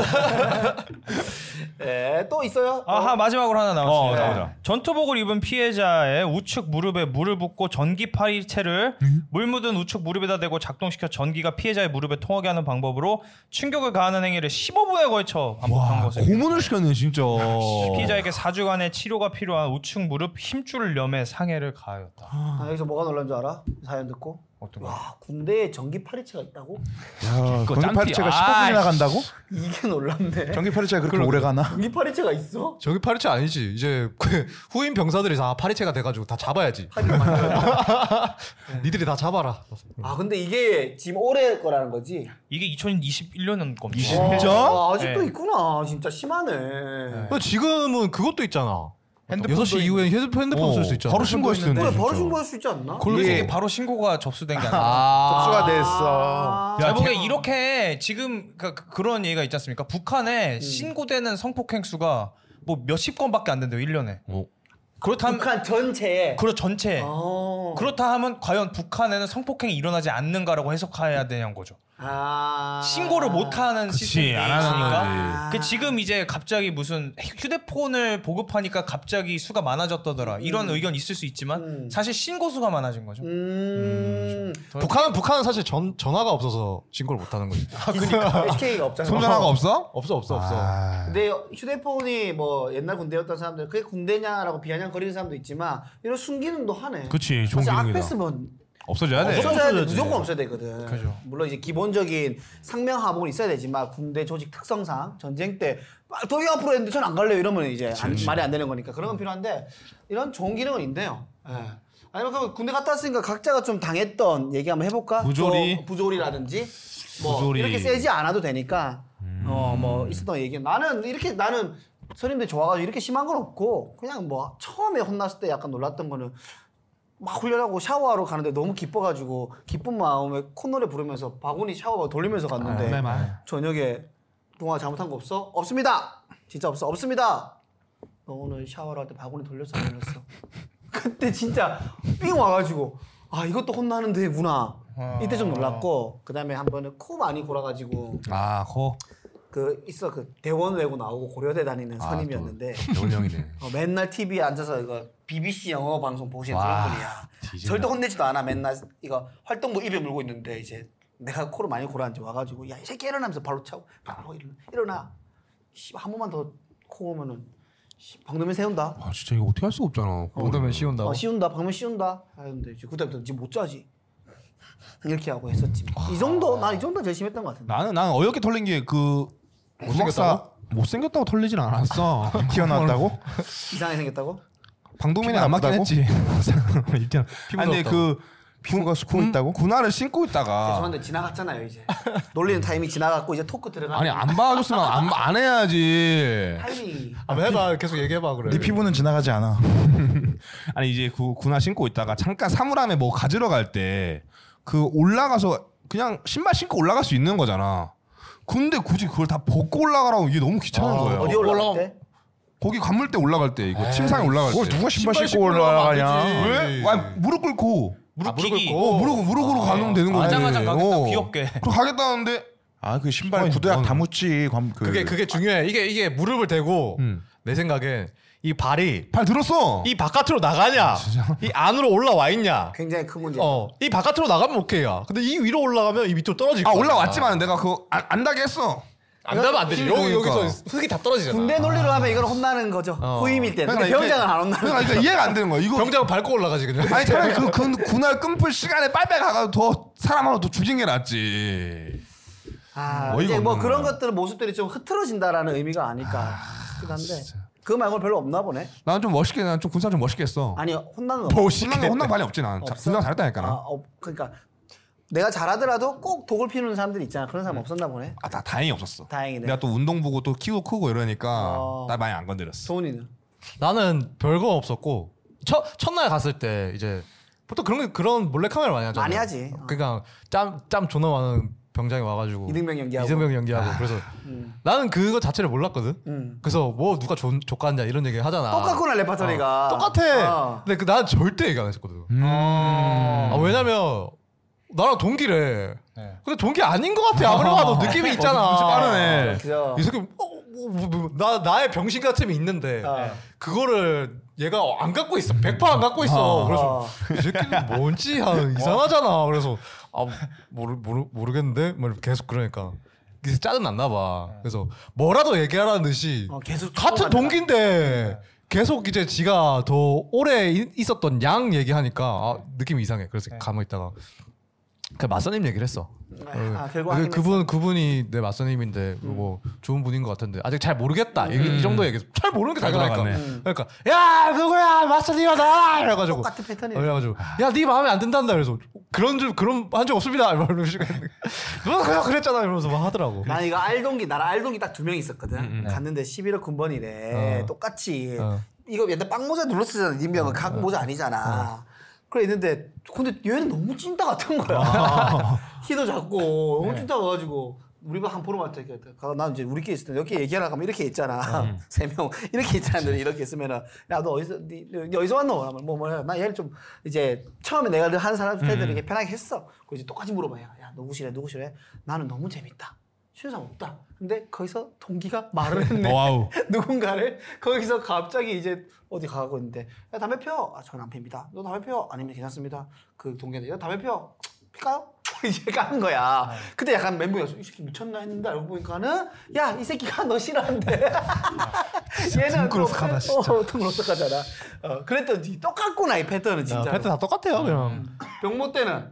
[SPEAKER 1] 예또 있어요?
[SPEAKER 5] 아하 마지막으로 하나
[SPEAKER 2] 어,
[SPEAKER 5] 나왔습니다.
[SPEAKER 2] 나오자.
[SPEAKER 5] 전투복을 입은 피해자의 우측 무릎에 물을 붓고 전기 파리채를 물 묻은 우측 무릎에다 대고 작동시켜 전기가 피해자의 무릎에 통하게 하는 방법으로 충격을 가하는 행위를 15분에 걸쳐 반복한
[SPEAKER 2] 와
[SPEAKER 5] 것을
[SPEAKER 2] 고문을 시켰네 진짜
[SPEAKER 5] 피해자에게 4주간의 치료가 필요한 우측 무릎 힘줄 염에 상해를 가하였다.
[SPEAKER 1] 아, 여기서 뭐가 놀란 줄 알아? 사연 듣고
[SPEAKER 5] 어떤
[SPEAKER 1] 와 군대에 전기 파리채가 있다고?
[SPEAKER 3] 야,
[SPEAKER 2] 그거
[SPEAKER 3] 전기 아, 파리채가
[SPEAKER 2] 짬띠. 아,
[SPEAKER 3] 15분이나 간다고?
[SPEAKER 1] 이게 놀랍네
[SPEAKER 3] 전기 파리채가 그렇게 오래 가나?
[SPEAKER 1] 전기 파리채가 있어?
[SPEAKER 4] 저기 파리채 아니지. 이제 그 후임 병사들이 다 파리채가 돼가지고 다 잡아야지.
[SPEAKER 1] 하긴 맞아
[SPEAKER 4] 니들이 다 잡아라.
[SPEAKER 1] 아 근데 이게 지금 올해 거라는 거지?
[SPEAKER 5] 이게 2021년 겁니다.
[SPEAKER 1] 와, 아직도
[SPEAKER 5] 네.
[SPEAKER 1] 있구나 진짜 심하네
[SPEAKER 4] 근데 지금은 그것도 있잖아.
[SPEAKER 3] 핸드폰도
[SPEAKER 4] 6시 이후에 핸드폰 핸드폰 쓸 수 있잖아.
[SPEAKER 2] 바로 신고했을 텐데
[SPEAKER 1] 그래 바로
[SPEAKER 2] 진짜.
[SPEAKER 1] 신고할 수 있지 않나?
[SPEAKER 5] 이게 바로 신고가 접수된 게 아니라
[SPEAKER 3] 접수가 됐어.
[SPEAKER 1] 아, 음.
[SPEAKER 5] 제가 보기에 이렇게 지금 그- 그- 그런 얘기가 있지 않습니까? 북한에 신고되는 성폭행 수가 뭐 몇십 건밖에 안 된대요, 1년에.
[SPEAKER 2] 어.
[SPEAKER 5] 그렇다면
[SPEAKER 1] 북한 전체에
[SPEAKER 5] 그렇 전체.
[SPEAKER 1] 어.
[SPEAKER 5] 그렇다 하면 과연 북한에는 성폭행이 일어나지 않는가라고 해석해야 되는 거죠.
[SPEAKER 1] 아.
[SPEAKER 5] 신고를 못 하는 시스템이
[SPEAKER 2] 그치 안 하는
[SPEAKER 5] 있으니까.
[SPEAKER 2] 거지
[SPEAKER 5] 그 지금 이제 갑자기 무슨 휴대폰을 보급하니까 갑자기 수가 많아졌다더라. 이런 의견 있을 수 있지만
[SPEAKER 1] 음.
[SPEAKER 5] 사실 신고 수가 많아진 거죠.
[SPEAKER 1] 음.
[SPEAKER 4] 북한은 북한은 사실 전 전화가 없어서 신고를 못 하는 거지.
[SPEAKER 1] (laughs) 그러니까 HK가 없잖아.
[SPEAKER 2] 아,
[SPEAKER 1] 아.
[SPEAKER 2] 손전화가 없어?
[SPEAKER 4] 없어 없어 없어.
[SPEAKER 1] 근데 휴대폰이 뭐 옛날 군대였던 사람들 그게 군대냐라고 비아냥거리는 사람도 있지만 이런 숨기는도 하네.
[SPEAKER 2] 그치
[SPEAKER 1] 사실 뭐
[SPEAKER 2] 좋은 기능이다
[SPEAKER 1] 앞에 쓰면
[SPEAKER 2] 없어져야 돼
[SPEAKER 1] 없어져야 돼. 무조건 없어야 되거든. 물론 이제 기본적인 상명 하복은 있어야 되지만 군대 조직 특성상 전쟁 때 아, 저기 앞으로 했는데 전 안 갈래요 이러면 이제 안- 말이 안 되는 거니까 그런 건 필요한데 이런 좋은 기능은 있네요. 예. 아니면 그럼 군대 갔다 왔으니까 각자가 좀 당했던 얘기 한번 해볼까?
[SPEAKER 2] 부조리?
[SPEAKER 1] 저 부조리라든지 뭐
[SPEAKER 2] 부조리. 음.
[SPEAKER 1] 이렇게 세지 않아도 되니까 어 뭐 있었던 얘기 나는 이렇게 나는 선임들 좋아가지고 이렇게 심한 건 없고 그냥 뭐 처음에 혼났을 때 약간 놀랐던 거는 막 훈련하고 샤워하러 가는데 너무 기뻐가지고 기쁜 마음에 콧노래 부르면서 바구니 샤워 돌리면서
[SPEAKER 4] 아,
[SPEAKER 1] 갔는데
[SPEAKER 4] 네,
[SPEAKER 1] 저녁에 동아 잘못한 거 없어? 없습니다. 진짜 없어. 없습니다. 너 오늘 샤워를 할 때 바구니 돌렸어 안 돌렸어. (laughs) 그때 진짜 삥 와가지고 아 이것도 혼나는 데구나. 이때 좀 놀랐고 그다음에 한 번은 코 많이 골아가지고
[SPEAKER 2] 아코
[SPEAKER 1] 그 있어 그 대원 외고 나오고 고려대 다니는
[SPEAKER 2] 아,
[SPEAKER 1] 선임이었는데
[SPEAKER 2] 좋은 형이네
[SPEAKER 1] 어, 맨날 TV에 앉아서 이거 BBC 영어 방송 보시는
[SPEAKER 2] 와,
[SPEAKER 1] 그런 분이야. 절대 혼내지도 않아. 맨날 이거 활동부 입에 물고 있는데 이제 내가 코를 많이 골았는지 와가지고 야 이 새끼 일어나면서 발로 차고 바로 일어나. 일어나. 씨한 번만 더 코 오면은 씨, 방금에 세운다.
[SPEAKER 2] 아 진짜 이거 어떻게 할 수가 없잖아
[SPEAKER 4] 그러면 쉬운다고.
[SPEAKER 1] 어, 씌운다. 방금 씌운다. 하는데 이제 그때부터 이제 못 자지. 이렇게 하고 했었지. 이 정도 난 이 정도 제일 심했던 것 같은데.
[SPEAKER 2] 나는 나는 어이없게 털린 게그 구박사 못생겼다고 털리진 않았어
[SPEAKER 3] 튀어나왔다고?
[SPEAKER 1] 이상하게 생겼다고?
[SPEAKER 2] (laughs) 방독면이
[SPEAKER 3] 피부가
[SPEAKER 2] 안 맞긴
[SPEAKER 3] 나쁘다고?
[SPEAKER 2] 했지 (laughs) 일단
[SPEAKER 4] 피부가
[SPEAKER 2] 아니 근데 그
[SPEAKER 3] 피부가 수고
[SPEAKER 2] 군-
[SPEAKER 3] 있다고?
[SPEAKER 2] 군화를 신고 있다가
[SPEAKER 1] 죄송한데 지나갔잖아요 이제. 놀리는 타이밍 지나갔고 이제 토크 들어가.
[SPEAKER 2] 아니 안 봐줬으면 안, 안 해야지
[SPEAKER 1] 타이밍.
[SPEAKER 2] 아,
[SPEAKER 4] 한번 해봐 계속 얘기해봐 그래.
[SPEAKER 3] 네 피부는 지나가지 않아.
[SPEAKER 2] 아니 이제 그 군화 신고 있다가 잠깐 사물함에 뭐 가지러 갈 때 그 올라가서 그냥 신발 신고 올라갈 수 있는 거잖아. 근데 굳이 그걸 다 벗고 올라가라고 이게 너무 귀찮은 거예요.
[SPEAKER 1] 어디 올라갈 때?
[SPEAKER 2] 거기 관물대 올라갈 때 이거 침상에 올라갈
[SPEAKER 3] 그걸
[SPEAKER 2] 때.
[SPEAKER 3] 누가 신발 신고
[SPEAKER 4] 신발 신고 올라가면 안
[SPEAKER 3] 올라가냐?
[SPEAKER 4] 되지.
[SPEAKER 2] 왜? 아니, 무릎 꿇고
[SPEAKER 5] 무릎
[SPEAKER 4] 무릎
[SPEAKER 5] 끼기.
[SPEAKER 4] 꿇고.
[SPEAKER 2] 어, 무릎 무릎으로 가면 되는 거지.
[SPEAKER 5] 아장아장 가겠다,
[SPEAKER 2] 어.
[SPEAKER 5] 귀엽게.
[SPEAKER 2] 그럼 가겠다는데
[SPEAKER 3] 아 그 신발
[SPEAKER 2] 아니,
[SPEAKER 3] 구두약
[SPEAKER 2] 너는-
[SPEAKER 3] 다 묻지. 관, 그,
[SPEAKER 4] 그게 그게 중요해. 이게 이게 무릎을 대고
[SPEAKER 2] 음.
[SPEAKER 4] 내 생각에 이 발이
[SPEAKER 2] 발 들었어. 아,
[SPEAKER 4] 이 바깥으로 나가냐, 이 안으로 올라와 있냐.
[SPEAKER 1] 굉장히 큰 문제.
[SPEAKER 4] 어, 이 바깥으로 나가면 오케이야. 근데 이 위로 올라가면 이 밑으로 떨어질
[SPEAKER 2] 아
[SPEAKER 4] 거야.
[SPEAKER 2] 올라왔지만 내가 그거 안, 안다게 했어.
[SPEAKER 6] 안 가면 안 되지. 여기
[SPEAKER 2] 그러니까.
[SPEAKER 6] 여기서 흙이 다 떨어지잖아.
[SPEAKER 1] 군대 논리로 하면 이건 혼나는 거죠. 후임일 때는. 근데 병장은 안 혼나는 거죠.
[SPEAKER 2] 그러니까 어. 이게 이해가 안 되는 거야. 이거
[SPEAKER 4] 병장 밟고 올라가지 그냥.
[SPEAKER 2] 아니 차라리 그, 그 군할 끔풀 시간에 빨리 가가 더 사람 하나 더 죽인 게 낫지.
[SPEAKER 1] 아,
[SPEAKER 2] 어이가
[SPEAKER 1] 이제 뭐
[SPEAKER 2] 없네.
[SPEAKER 1] 그런 것들은 모습들이 좀 흐트러진다라는 의미가 아닐까 싶긴 한데 그거 말고는 별로 없나 보네.
[SPEAKER 2] 난 좀 멋있게 난 좀 군사 좀 멋있게 했어. 뭐
[SPEAKER 1] 아니 혼나는 거.
[SPEAKER 2] 혼난 혼난 관이 없지 난. 자,
[SPEAKER 1] 없어?
[SPEAKER 2] 군사 잘했다니까
[SPEAKER 1] 아,
[SPEAKER 2] 나.
[SPEAKER 1] 어, 그러니까 내가 잘하더라도 꼭 독을 피우는 사람들 있잖아. 그런 사람 없었나 보네.
[SPEAKER 2] 아, 다 다행히 없었어.
[SPEAKER 1] 다행이네.
[SPEAKER 2] 내가 또 운동 보고 또 키도 크고 이러니까
[SPEAKER 1] 어.
[SPEAKER 2] 날 많이 안 건드렸어.
[SPEAKER 1] 소은이는
[SPEAKER 4] 나는 별거 없었고 첫 첫날 갔을 때 이제 보통 그런 거- 그런 몰래 카메라 많이 하잖아.
[SPEAKER 1] 많이 하지. 어.
[SPEAKER 4] 그러니까 짬짬 존나 많은 병장이 와가지고
[SPEAKER 2] 뭐.
[SPEAKER 1] 이등병 연기하고.
[SPEAKER 4] 이등병 연기하고 그래서 나는 그거 자체를 몰랐거든.
[SPEAKER 1] 음.
[SPEAKER 4] 그래서 뭐 누가 존 족간냐 이런 얘기 하잖아.
[SPEAKER 1] 똑같구나 레파토리가.
[SPEAKER 4] 어, 똑같아.
[SPEAKER 1] 어.
[SPEAKER 4] 근데 그 난 절대 얘기 안 했었거든.
[SPEAKER 2] 음.
[SPEAKER 4] 아, 왜냐면 나랑 동기래. 근데 동기 아닌 것 같아. 아무리 봐도 느낌이 있잖아.
[SPEAKER 2] 네. 어, 눈치 빠르네.
[SPEAKER 1] 그죠.
[SPEAKER 4] 이 새끼 어, 뭐, 뭐, 뭐, 나 나의 병신 같음이 있는데
[SPEAKER 1] 어.
[SPEAKER 4] 그거를 얘가 안 갖고 있어. 100%안 갖고
[SPEAKER 1] 아.
[SPEAKER 4] 있어. 그래서 이 새끼는 뭔지 아, 이상하잖아. 그래서 아 모르 모르 모르겠는데 뭐 계속 그러니까 이제 짜증 났나 봐. 그래서 뭐라도 얘기하라는 듯이
[SPEAKER 1] 어, 계속
[SPEAKER 4] 같은
[SPEAKER 1] 쳐다보다가.
[SPEAKER 4] 동기인데 계속 이제 지가 더 오래 이- 있었던 양 얘기하니까 아, 느낌이 이상해. 그래서 가만히 있다가 그 맞선님 얘기를 했어.
[SPEAKER 1] 네. 아,
[SPEAKER 4] 어,
[SPEAKER 1] 결국
[SPEAKER 4] 그-
[SPEAKER 1] 하긴
[SPEAKER 4] 그분 그분이 내 맞선님인데 뭐
[SPEAKER 1] 음.
[SPEAKER 4] 좋은 분인 것 같은데 아직 잘 모르겠다 이- 이 정도 얘기 잘 모르는 게
[SPEAKER 2] 잘
[SPEAKER 4] 당연하니까
[SPEAKER 2] 돌아갔네.
[SPEAKER 4] 그러니까 야 누구야 맞선님아 나 이래가지고
[SPEAKER 1] 음. 똑같은 패턴이네.
[SPEAKER 4] 어, 그래가지고 야네 마음에 안 든단다 그래서 그런 줄 그런 한 적 없습니다 이러면서 (laughs) 누나 뭐 그냥 그랬잖아 이러면서 막 하더라고
[SPEAKER 1] 난 이거 알동기 나랑 알동기 딱 두 명 있었거든.
[SPEAKER 2] 음, 네.
[SPEAKER 1] 갔는데 11호 군번이래.
[SPEAKER 4] 어.
[SPEAKER 1] 똑같이.
[SPEAKER 4] 똑같이. 어.
[SPEAKER 1] 이거 옛날 빵 모자 눌러 쓰잖아. 님병은 각 모자
[SPEAKER 4] 어.
[SPEAKER 1] 아니잖아. 그래 있는데 근데 얘는 너무 찐따 같은
[SPEAKER 4] 아.
[SPEAKER 1] 거야. (laughs) 키도 작고
[SPEAKER 4] 네.
[SPEAKER 1] 너무 찐따 가지고 우리 방한 보러 왔다 이렇게 가난 이제 우리끼리 있을 때 이렇게 얘기하라고 하면 이렇게
[SPEAKER 4] 음.
[SPEAKER 1] 있잖아. (laughs) 세 명 이렇게 있잖아. 늘 이렇게 있으면은 야 너 어디서 니, 니 어디서 왔노? 하면 뭐 뭐야. 나 얘를 좀 이제 처음에 내가 늘한 사람 스태들 이렇게 편하게 했어. 그 이제 똑같이 물어봐요. 야 누구시래 누구시래? 나는 너무 재밌다. 쉬는 사람 없다. 근데 거기서 동기가
[SPEAKER 4] (laughs)
[SPEAKER 1] 말을
[SPEAKER 4] 어,
[SPEAKER 1] 했네.
[SPEAKER 2] 와우.
[SPEAKER 1] (laughs) 누군가를 거기서 갑자기 이제 어디 가고 있는데 야 담배 피워 아, 저는 안 핍니다 너 담배 피워 아니면 괜찮습니다 그 동기한테 야 담배 피워 피까요 (laughs) 이제 까는 거야 그때 약간 멘붕이 왔어 이 새끼 미쳤나 했는데 알고 보니까는 야 이 새끼가 너 (laughs) 싫어한대 얘는 둥그러석하다 진짜 어, 둥그러석하잖아 어, 그랬더니 똑같구나 이 패턴은
[SPEAKER 4] 아,
[SPEAKER 1] 진짜
[SPEAKER 4] 패트 다 똑같아요 그냥
[SPEAKER 1] 병모 때는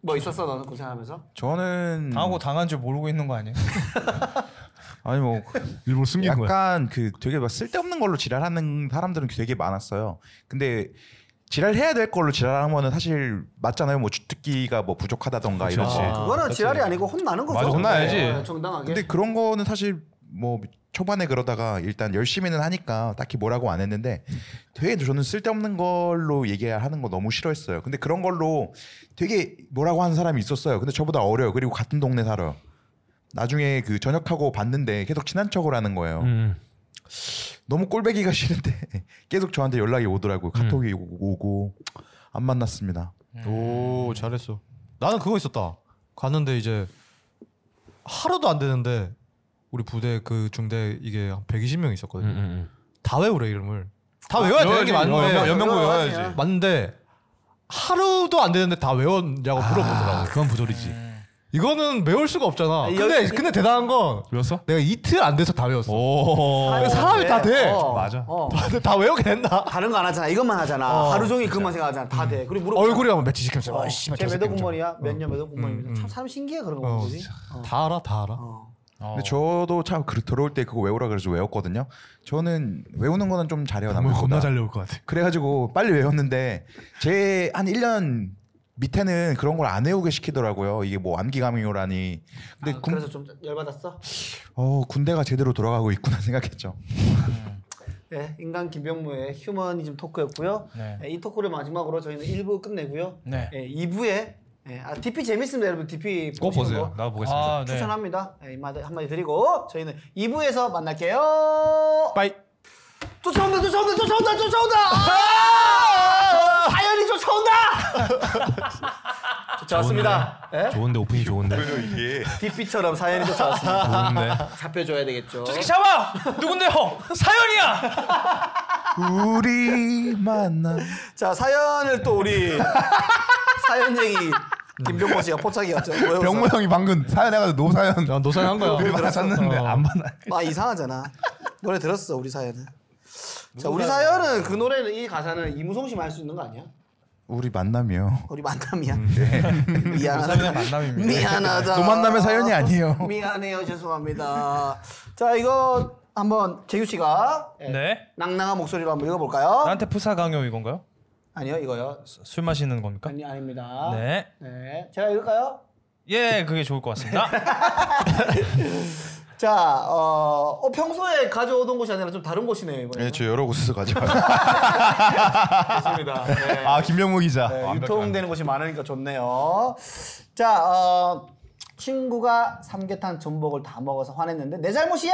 [SPEAKER 1] 뭐 있었어 너는 고생하면서
[SPEAKER 3] 저는
[SPEAKER 5] 당하고 당한 줄 모르고 있는 거 아니에요?
[SPEAKER 3] 아니 뭐
[SPEAKER 2] 일부러 숨긴 거야.
[SPEAKER 3] 약간 그 되게 막 쓸데없는 걸로 지랄하는 사람들은 되게 많았어요. 근데 지랄해야 될 걸로 지랄하는 거는 사실 맞잖아요. 뭐 주특기가 뭐 부족하다던가 이런
[SPEAKER 2] 그렇지.
[SPEAKER 3] 거.
[SPEAKER 1] 그거는 지랄이 아니고 혼나는 거죠
[SPEAKER 2] 맞아, 혼나야지.
[SPEAKER 1] 네, 정당하게
[SPEAKER 2] 예.
[SPEAKER 3] 근데 그런 거는 사실 뭐 초반에 그러다가 일단 열심히는 하니까 딱히 뭐라고 안 했는데 되게 저는 쓸데없는 걸로 얘기하는 거 너무 싫어했어요. 근데 그런 걸로 되게 뭐라고 하는 사람이 있었어요. 근데 저보다 어려요. 그리고 같은 동네 살아요. 나중에 그 저녁하고 봤는데 계속 친한 척을 하는 거예요.
[SPEAKER 2] 음.
[SPEAKER 3] 너무 꼴배기가 (laughs) 싫은데 계속 저한테 연락이
[SPEAKER 2] 음.
[SPEAKER 3] 오더라고요. 카톡이 오- 오고 안 만났습니다.
[SPEAKER 2] 음.
[SPEAKER 4] 오 잘했어. 나는 그거 있었다. 갔는데 이제 하루도 안 되는데 우리 부대 그 중대 이게 한 120명 있었거든.
[SPEAKER 2] 음,
[SPEAKER 4] 요
[SPEAKER 2] 음,
[SPEAKER 4] 다 외우래 이름을. 다 외워야 되는 게 맞는데
[SPEAKER 2] 연- 연명고
[SPEAKER 1] 그거
[SPEAKER 2] 외워야지.
[SPEAKER 1] 아니야.
[SPEAKER 4] 맞는데 하루도 안 되는데 다 외웠냐고 물어보더라고.
[SPEAKER 2] 아, 그건 부조리지.
[SPEAKER 4] 이거는 외울 수가 없잖아.
[SPEAKER 1] 네. 아니,
[SPEAKER 4] 근데
[SPEAKER 1] 여기-
[SPEAKER 4] 근데 대단한 건
[SPEAKER 2] 외웠어?
[SPEAKER 4] 내가 이틀 안 돼서 다 외웠어. 그
[SPEAKER 2] 오.
[SPEAKER 1] 사람이
[SPEAKER 4] 사람이 다 돼.
[SPEAKER 2] 맞아.
[SPEAKER 1] 어.
[SPEAKER 4] 다들 다 외우게 된다.
[SPEAKER 1] 다른 거 안 하잖아. 이것만 하잖아. 하루 종일 그것만 생각하잖아. 다 돼. 그리고 물어보잖아.
[SPEAKER 4] 얼굴이 한번 매치 시켰어.
[SPEAKER 1] 어,
[SPEAKER 4] 와,
[SPEAKER 1] 쟤
[SPEAKER 4] 씨발, 저
[SPEAKER 1] 몇월
[SPEAKER 4] 새끼 좀-
[SPEAKER 1] 공무원이야? 몇 년 몇월 공무원이야?
[SPEAKER 4] 음,
[SPEAKER 1] 참 사람 신기해 그런 거
[SPEAKER 4] 어,
[SPEAKER 1] 보지. 어.
[SPEAKER 4] 다 알아, 다 알아.
[SPEAKER 1] 어.
[SPEAKER 3] 근데 저도 참 그- 들어올 때 그거 외우라 그래서 외웠거든요. 저는 외우는 거는 좀 아, 잘해요.
[SPEAKER 2] 뭐 겁나
[SPEAKER 3] 남들보다.
[SPEAKER 2] 잘 외울 것 같아.
[SPEAKER 3] 그래가지고 빨리 외웠는데 제 한 1년 밑에는 그런 걸 안 외우게 시키더라고요. 이게 뭐 암기감이오라니. 근데
[SPEAKER 1] 아,
[SPEAKER 3] 군,
[SPEAKER 1] 그래서 좀 열받았어?
[SPEAKER 3] 어, 군대가 제대로 돌아가고 있구나 생각했죠.
[SPEAKER 1] 네, 인간 김병무의 휴머니즘 토크였고요.
[SPEAKER 5] 네.
[SPEAKER 1] 네, 이 토크를 마지막으로 저희는 1부 끝내고요. 예,
[SPEAKER 5] 네.
[SPEAKER 1] 2부에 아, DP 재밌습니다, 여러분. DP
[SPEAKER 2] 꼭
[SPEAKER 1] 보시는
[SPEAKER 2] 보세요.
[SPEAKER 1] 거
[SPEAKER 2] 나 보겠습니다.
[SPEAKER 5] 아, 네.
[SPEAKER 1] 추천합니다. 네, 한마디, 한마디 드리고 저희는 2부에서 만날게요.
[SPEAKER 4] 빠이.
[SPEAKER 1] 쫓아온다, 쫓아온다, 쫓아온다, 쫓아온다. 아! 사연이 쫓아온다. (laughs) 쫓아왔습니다. 예?
[SPEAKER 2] 좋은데 오프닝 좋은데.
[SPEAKER 1] 뒷빛처럼 사연이 쫓아왔습니다.
[SPEAKER 2] 좋은데.
[SPEAKER 1] 잡혀줘야 되겠죠.
[SPEAKER 5] 저 새끼 잡아! 누군데요? 사연이야!
[SPEAKER 3] 우리 만나.
[SPEAKER 1] (laughs) 자 사연을 또 우리 사연쟁이 김병모 씨가 포착이 왔죠. 왜 웃어?
[SPEAKER 2] 병모 형이 방금 사연 해가지고 노 사연
[SPEAKER 4] 야, 너 사연 아, 한 거야.
[SPEAKER 2] 늘 받았는데
[SPEAKER 4] 어.
[SPEAKER 2] 안 받아.
[SPEAKER 1] 아 이상하잖아. 노래 들었어 우리 사연은. 자 우리 사연은 그 노래는 이 가사는 이무송 씨만 할 수 있는 거 아니야?
[SPEAKER 3] 우리 만남이요.
[SPEAKER 1] 우리 만남이야. (laughs)
[SPEAKER 3] 음,
[SPEAKER 1] 미안하다.
[SPEAKER 6] 만남입니다.
[SPEAKER 1] 미안하다.
[SPEAKER 3] 네. 또 만남의 사연이 아니에요.
[SPEAKER 1] (laughs) 미안해요 죄송합니다. 자 이거 한번 재규 씨가
[SPEAKER 5] 네.
[SPEAKER 1] 낭낭한 목소리로 한번 읽어볼까요?
[SPEAKER 5] 나한테 푸사 강요 이건가요?
[SPEAKER 1] 아니요 이거요.
[SPEAKER 5] 술 마시는 겁니까?
[SPEAKER 1] 아니 아닙니다.
[SPEAKER 5] 네.
[SPEAKER 1] 네. 제가 읽을까요?
[SPEAKER 5] 예, 그게 좋을 것
[SPEAKER 1] (laughs)
[SPEAKER 5] 같습니다.
[SPEAKER 1] 자, 어, 어, 평소에 가져오던 곳이 아니라 좀 다른 곳이네요 이번에.
[SPEAKER 3] 네, 저 여러 곳에서 가져요.
[SPEAKER 1] 좋습니다. 네.
[SPEAKER 2] 아 김병모 기자.
[SPEAKER 1] 네,
[SPEAKER 2] 완벽한.
[SPEAKER 1] 유통되는 곳이 많으니까 좋네요. 자, 어, 친구가 삼계탕 전복을 다 먹어서 화냈는데 내 잘못이야.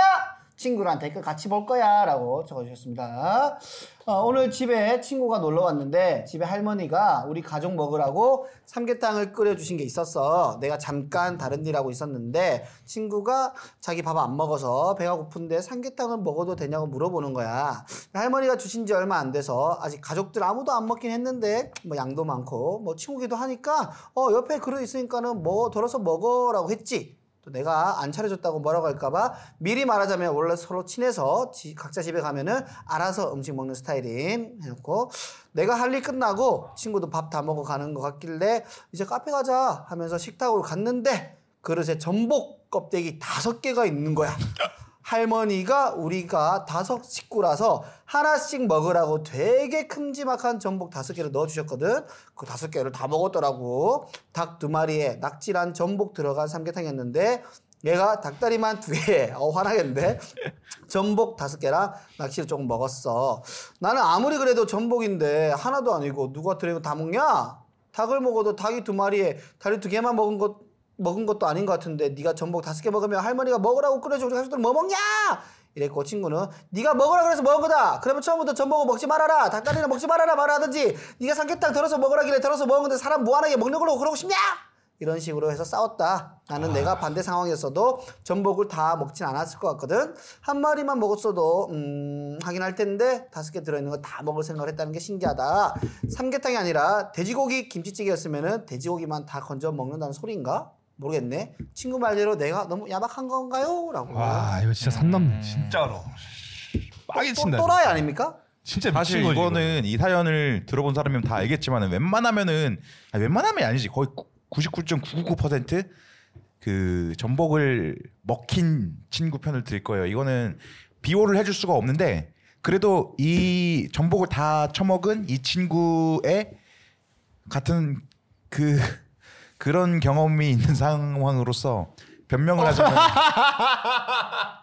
[SPEAKER 1] 친구랑 댓글 같이 볼 거야라고 적어주셨습니다. 어, 오늘 집에 친구가 놀러 왔는데 집에 할머니가 우리 가족 먹으라고 삼계탕을 끓여주신 게 있었어. 내가 잠깐 다른 일 하고 있었는데 친구가 자기 밥 안 먹어서 배가 고픈데 삼계탕을 먹어도 되냐고 물어보는 거야. 할머니가 주신 지 얼마 안 돼서 아직 가족들 아무도 안 먹긴 했는데 뭐 양도 많고 뭐 친구기도 하니까 어 옆에 그릇 있으니까는 뭐 덜어서 먹어라고 했지. 또 내가 안 차려줬다고 뭐라고 할까봐 미리 말하자면 원래 서로 친해서 지- 각자 집에 가면은 알아서 음식 먹는 스타일인 해놓고 내가 할 일 끝나고 친구도 밥 다 먹어 가는 것 같길래 이제 카페 가자 하면서 식탁으로 갔는데 그릇에 전복 껍데기 다섯 개가 있는 거야. 할머니가 우리가 다섯 식구라서 하나씩 먹으라고 되게 큼지막한 전복 다섯 개를 넣어주셨거든. 그 다섯 개를 다 먹었더라고. 닭 두 마리에 낙지란 전복 들어간 삼계탕이었는데 얘가 닭다리만 두 개. (laughs) 어 화나겠는데. 전복 다섯 개랑 낙지를 조금 먹었어. 나는 아무리 그래도 전복인데 하나도 아니고 누가 들이고 다 먹냐? 닭을 먹어도 닭이 두 마리에 다리 두 개만 먹은 것 먹은 것도 아닌 것 같은데 네가 전복 다섯 개 먹으면 할머니가 먹으라고 끓여줘 우리 가족들 뭐 먹냐? 이랬고 친구는 네가 먹으라 그래서 먹은 거다. 그러면 처음부터 전복을 먹지 말아라. 닭다리는 먹지 말아라 말하든지 네가 삼계탕 덜어서 먹으라길래 덜어서 먹었는데 사람 무한하게 먹는 걸로 그러고 싶냐? 이런 식으로 해서 싸웠다. 나는
[SPEAKER 4] 아.
[SPEAKER 1] 내가 반대 상황이었어도 전복을 다 먹진 않았을 것 같거든. 한 마리만 먹었어도 음, 하긴 할 텐데 다섯 개 들어있는 거 다 먹을 생각을 했다는 게 신기하다. 삼계탕이 아니라 돼지고기 김치찌개였으면 돼지고기만 다 건져 먹는다는 소리인가? 모르겠네. 친구 말대로 내가 너무 야박한 건가요? 라고.
[SPEAKER 2] 와 이거 진짜 산 넘네 진짜로. 빵이
[SPEAKER 1] 또
[SPEAKER 2] 친다.
[SPEAKER 1] 또라이 아닙니까?
[SPEAKER 2] 진짜
[SPEAKER 3] 사실
[SPEAKER 2] 미친 거지. 이거는
[SPEAKER 3] 이거는 이 사연을 들어본 사람이면 다 알겠지만 웬만하면은 아니, 웬만하면 아니지 거의 99.999%그 전복을 먹힌 친구 편을 들 거예요. 이거는 비호를 해줄 수가 없는데 그래도 이 전복을 다 처먹은 이 친구의 같은 그 그런 경험이 있는 상황으로서
[SPEAKER 2] 어.
[SPEAKER 3] 변명을 하자면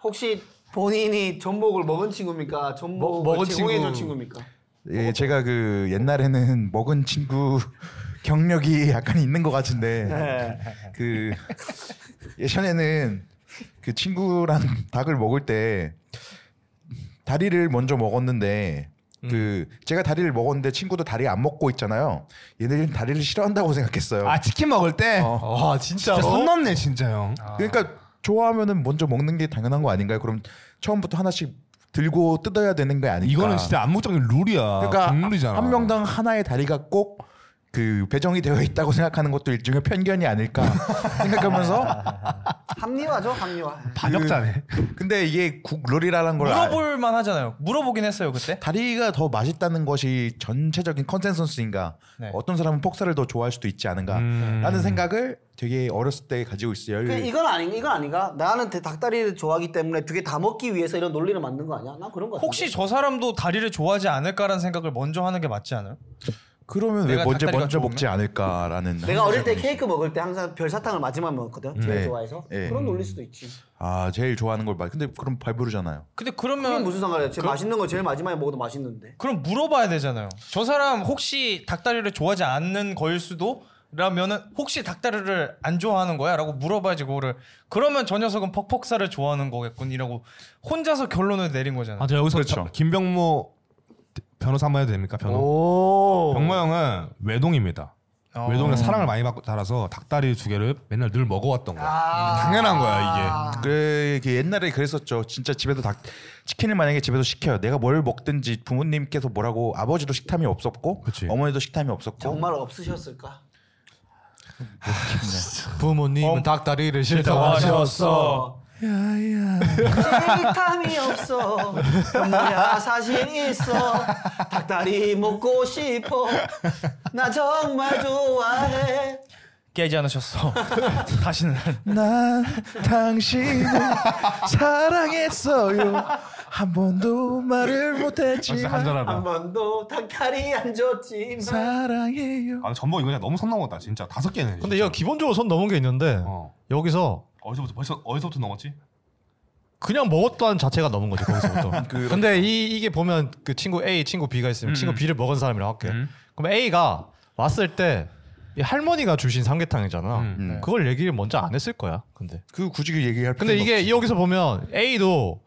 [SPEAKER 1] 혹시 본인이 전복을 먹은 친구입니까? 전복을
[SPEAKER 4] 먹은
[SPEAKER 1] 제공해준
[SPEAKER 4] 친구.
[SPEAKER 1] 친구입니까?
[SPEAKER 3] 예, 제가 그 옛날에는 먹은 친구 (laughs) 경력이 약간 있는 것 같은데
[SPEAKER 2] 네.
[SPEAKER 3] 그 예전에는 그 친구랑 (laughs) 닭을 먹을 때 다리를 먼저 먹었는데
[SPEAKER 2] 음.
[SPEAKER 3] 그 제가 다리를 먹었는데 친구도 다리 안 먹고 있잖아요. 얘네들은 다리를 싫어한다고 생각했어요.
[SPEAKER 2] 아 치킨 먹을 때.
[SPEAKER 4] 와, 어. 진짜. 어?
[SPEAKER 2] 진짜 선 넘네 진짜 형.
[SPEAKER 3] 그러니까 좋아하면은 먼저 먹는 게 당연한 거 아닌가요? 그럼 처음부터 하나씩 들고 뜯어야 되는 거 아닌가?
[SPEAKER 2] 이거는 진짜 안목적인 룰이야.
[SPEAKER 3] 그러니까
[SPEAKER 2] 국룰이잖아.
[SPEAKER 3] 한 명당 하나의 다리가 꼭 그 배정이 되어 있다고 생각하는 것도 일종의 편견이 아닐까 생각하면서 그,
[SPEAKER 1] 합리화죠, 합리화.
[SPEAKER 2] (laughs) 반역자네.
[SPEAKER 3] 근데 이게 국룰이라는 걸 알-
[SPEAKER 5] 물어볼 만 하잖아요. 물어보긴 했어요, 그때.
[SPEAKER 3] 다리가 더 맛있다는 것이 전체적인 컨센서스인가
[SPEAKER 5] 네.
[SPEAKER 3] 어떤 사람은 폭살을 더 좋아할 수도 있지 않은가라는
[SPEAKER 2] 음.
[SPEAKER 3] 생각을 되게 어렸을 때 가지고 있어요.
[SPEAKER 5] 그러니까
[SPEAKER 1] 그 이건 아닌 이건 아닌가? 나는 대- 닭다리를 좋아하기 때문에 두 개 다 먹기 위해서 이런 논리를 만든 거 아니야? 난 그런 거 같은데.
[SPEAKER 5] 혹시 저 사람도 다리를 좋아하지 않을까라는 생각을 먼저 하는 게 맞지 않아요?
[SPEAKER 3] 그러면 왜
[SPEAKER 5] 내가
[SPEAKER 3] 먼저
[SPEAKER 5] 닭다리가
[SPEAKER 3] 먼저
[SPEAKER 5] 좋으면?
[SPEAKER 3] 먹지 않을까라는
[SPEAKER 1] 내가 어릴 때 케이크 먹을 때 항상 별사탕을 마지막 먹었거든.
[SPEAKER 5] 음.
[SPEAKER 1] 제일
[SPEAKER 3] 네.
[SPEAKER 1] 좋아해서
[SPEAKER 5] 예.
[SPEAKER 3] 네.
[SPEAKER 1] 그런 논리일 수도 있지.
[SPEAKER 3] 아 제일 좋아하는 걸 말. 근데 그럼 발부르잖아요.
[SPEAKER 5] 근데
[SPEAKER 1] 그게
[SPEAKER 5] 그러면
[SPEAKER 1] 무슨 상관이야? 제일 맛있는 거 제일 마지막에 먹어도 맛있는데.
[SPEAKER 5] 그럼 물어봐야 되잖아요. 저 사람 혹시 닭다리를 좋아하지 않는 거일 수도 라면은 혹시 닭다리를 안 좋아하는 거야라고 물어봐야지 그거를 그러면 저 녀석은 퍽퍽살을 좋아하는 거겠군이라고 혼자서 결론을 내린 거잖아요.
[SPEAKER 2] 아저 여기서 저- 김병모 변호사 한번 해도 됩니까 변호?
[SPEAKER 4] 오.
[SPEAKER 2] 병모 형은 외동입니다. 외동이라 사랑을 많이 받고 자라서 닭다리 두 개를 맨날 늘 먹어왔던 거야. 당연한 거야 이게.
[SPEAKER 3] 그래 이게 옛날에 그랬었죠. 진짜 집에도 닭 치킨을 만약에 집에서 시켜요. 내가 뭘 먹든지 부모님께서 뭐라고 아버지도 식탐이 없었고
[SPEAKER 2] 그치.
[SPEAKER 3] 어머니도 식탐이 없었고
[SPEAKER 1] 정말 없으셨을까?
[SPEAKER 4] 부모님은 닭다리를 싫다고 하셨어.
[SPEAKER 1] 식탐이 없어 병모야 사실 있어 닭다리 먹고 싶어 나 정말 좋아해
[SPEAKER 5] 깨지 않으셨어. (laughs) 다시는.
[SPEAKER 3] 난 당신을 사랑했어요. 한 번도 말을 못했지만
[SPEAKER 1] 한 번도 닭다리 안 줬지만
[SPEAKER 3] 사랑해요.
[SPEAKER 2] 아 전복 이거 그냥 너무 선 넘었다 진짜 다섯 개는.
[SPEAKER 4] 근데
[SPEAKER 2] 진짜.
[SPEAKER 4] 야 기본적으로 선 넘은 게 있는데
[SPEAKER 2] 어.
[SPEAKER 4] 여기서
[SPEAKER 2] 어디서부터 벌써 어디서부터 넘었지?
[SPEAKER 4] 그냥 먹었다는 자체가 넘은 거지 거기서부터. 근데 이 이게 보면 그 친구 A, 친구 B가 있으면
[SPEAKER 2] 음,
[SPEAKER 4] 친구
[SPEAKER 2] 음.
[SPEAKER 4] B를 먹은 사람이라고 할게.
[SPEAKER 2] 음.
[SPEAKER 4] 그럼 A가 왔을 때이 할머니가 주신 삼계탕이잖아.
[SPEAKER 2] 음.
[SPEAKER 4] 그걸 얘기를 먼저 안 했을 거야. 근데
[SPEAKER 3] 그 굳이 얘기할
[SPEAKER 4] 근데
[SPEAKER 3] 필요는
[SPEAKER 4] 이게
[SPEAKER 3] 없지.
[SPEAKER 4] 여기서 보면 A도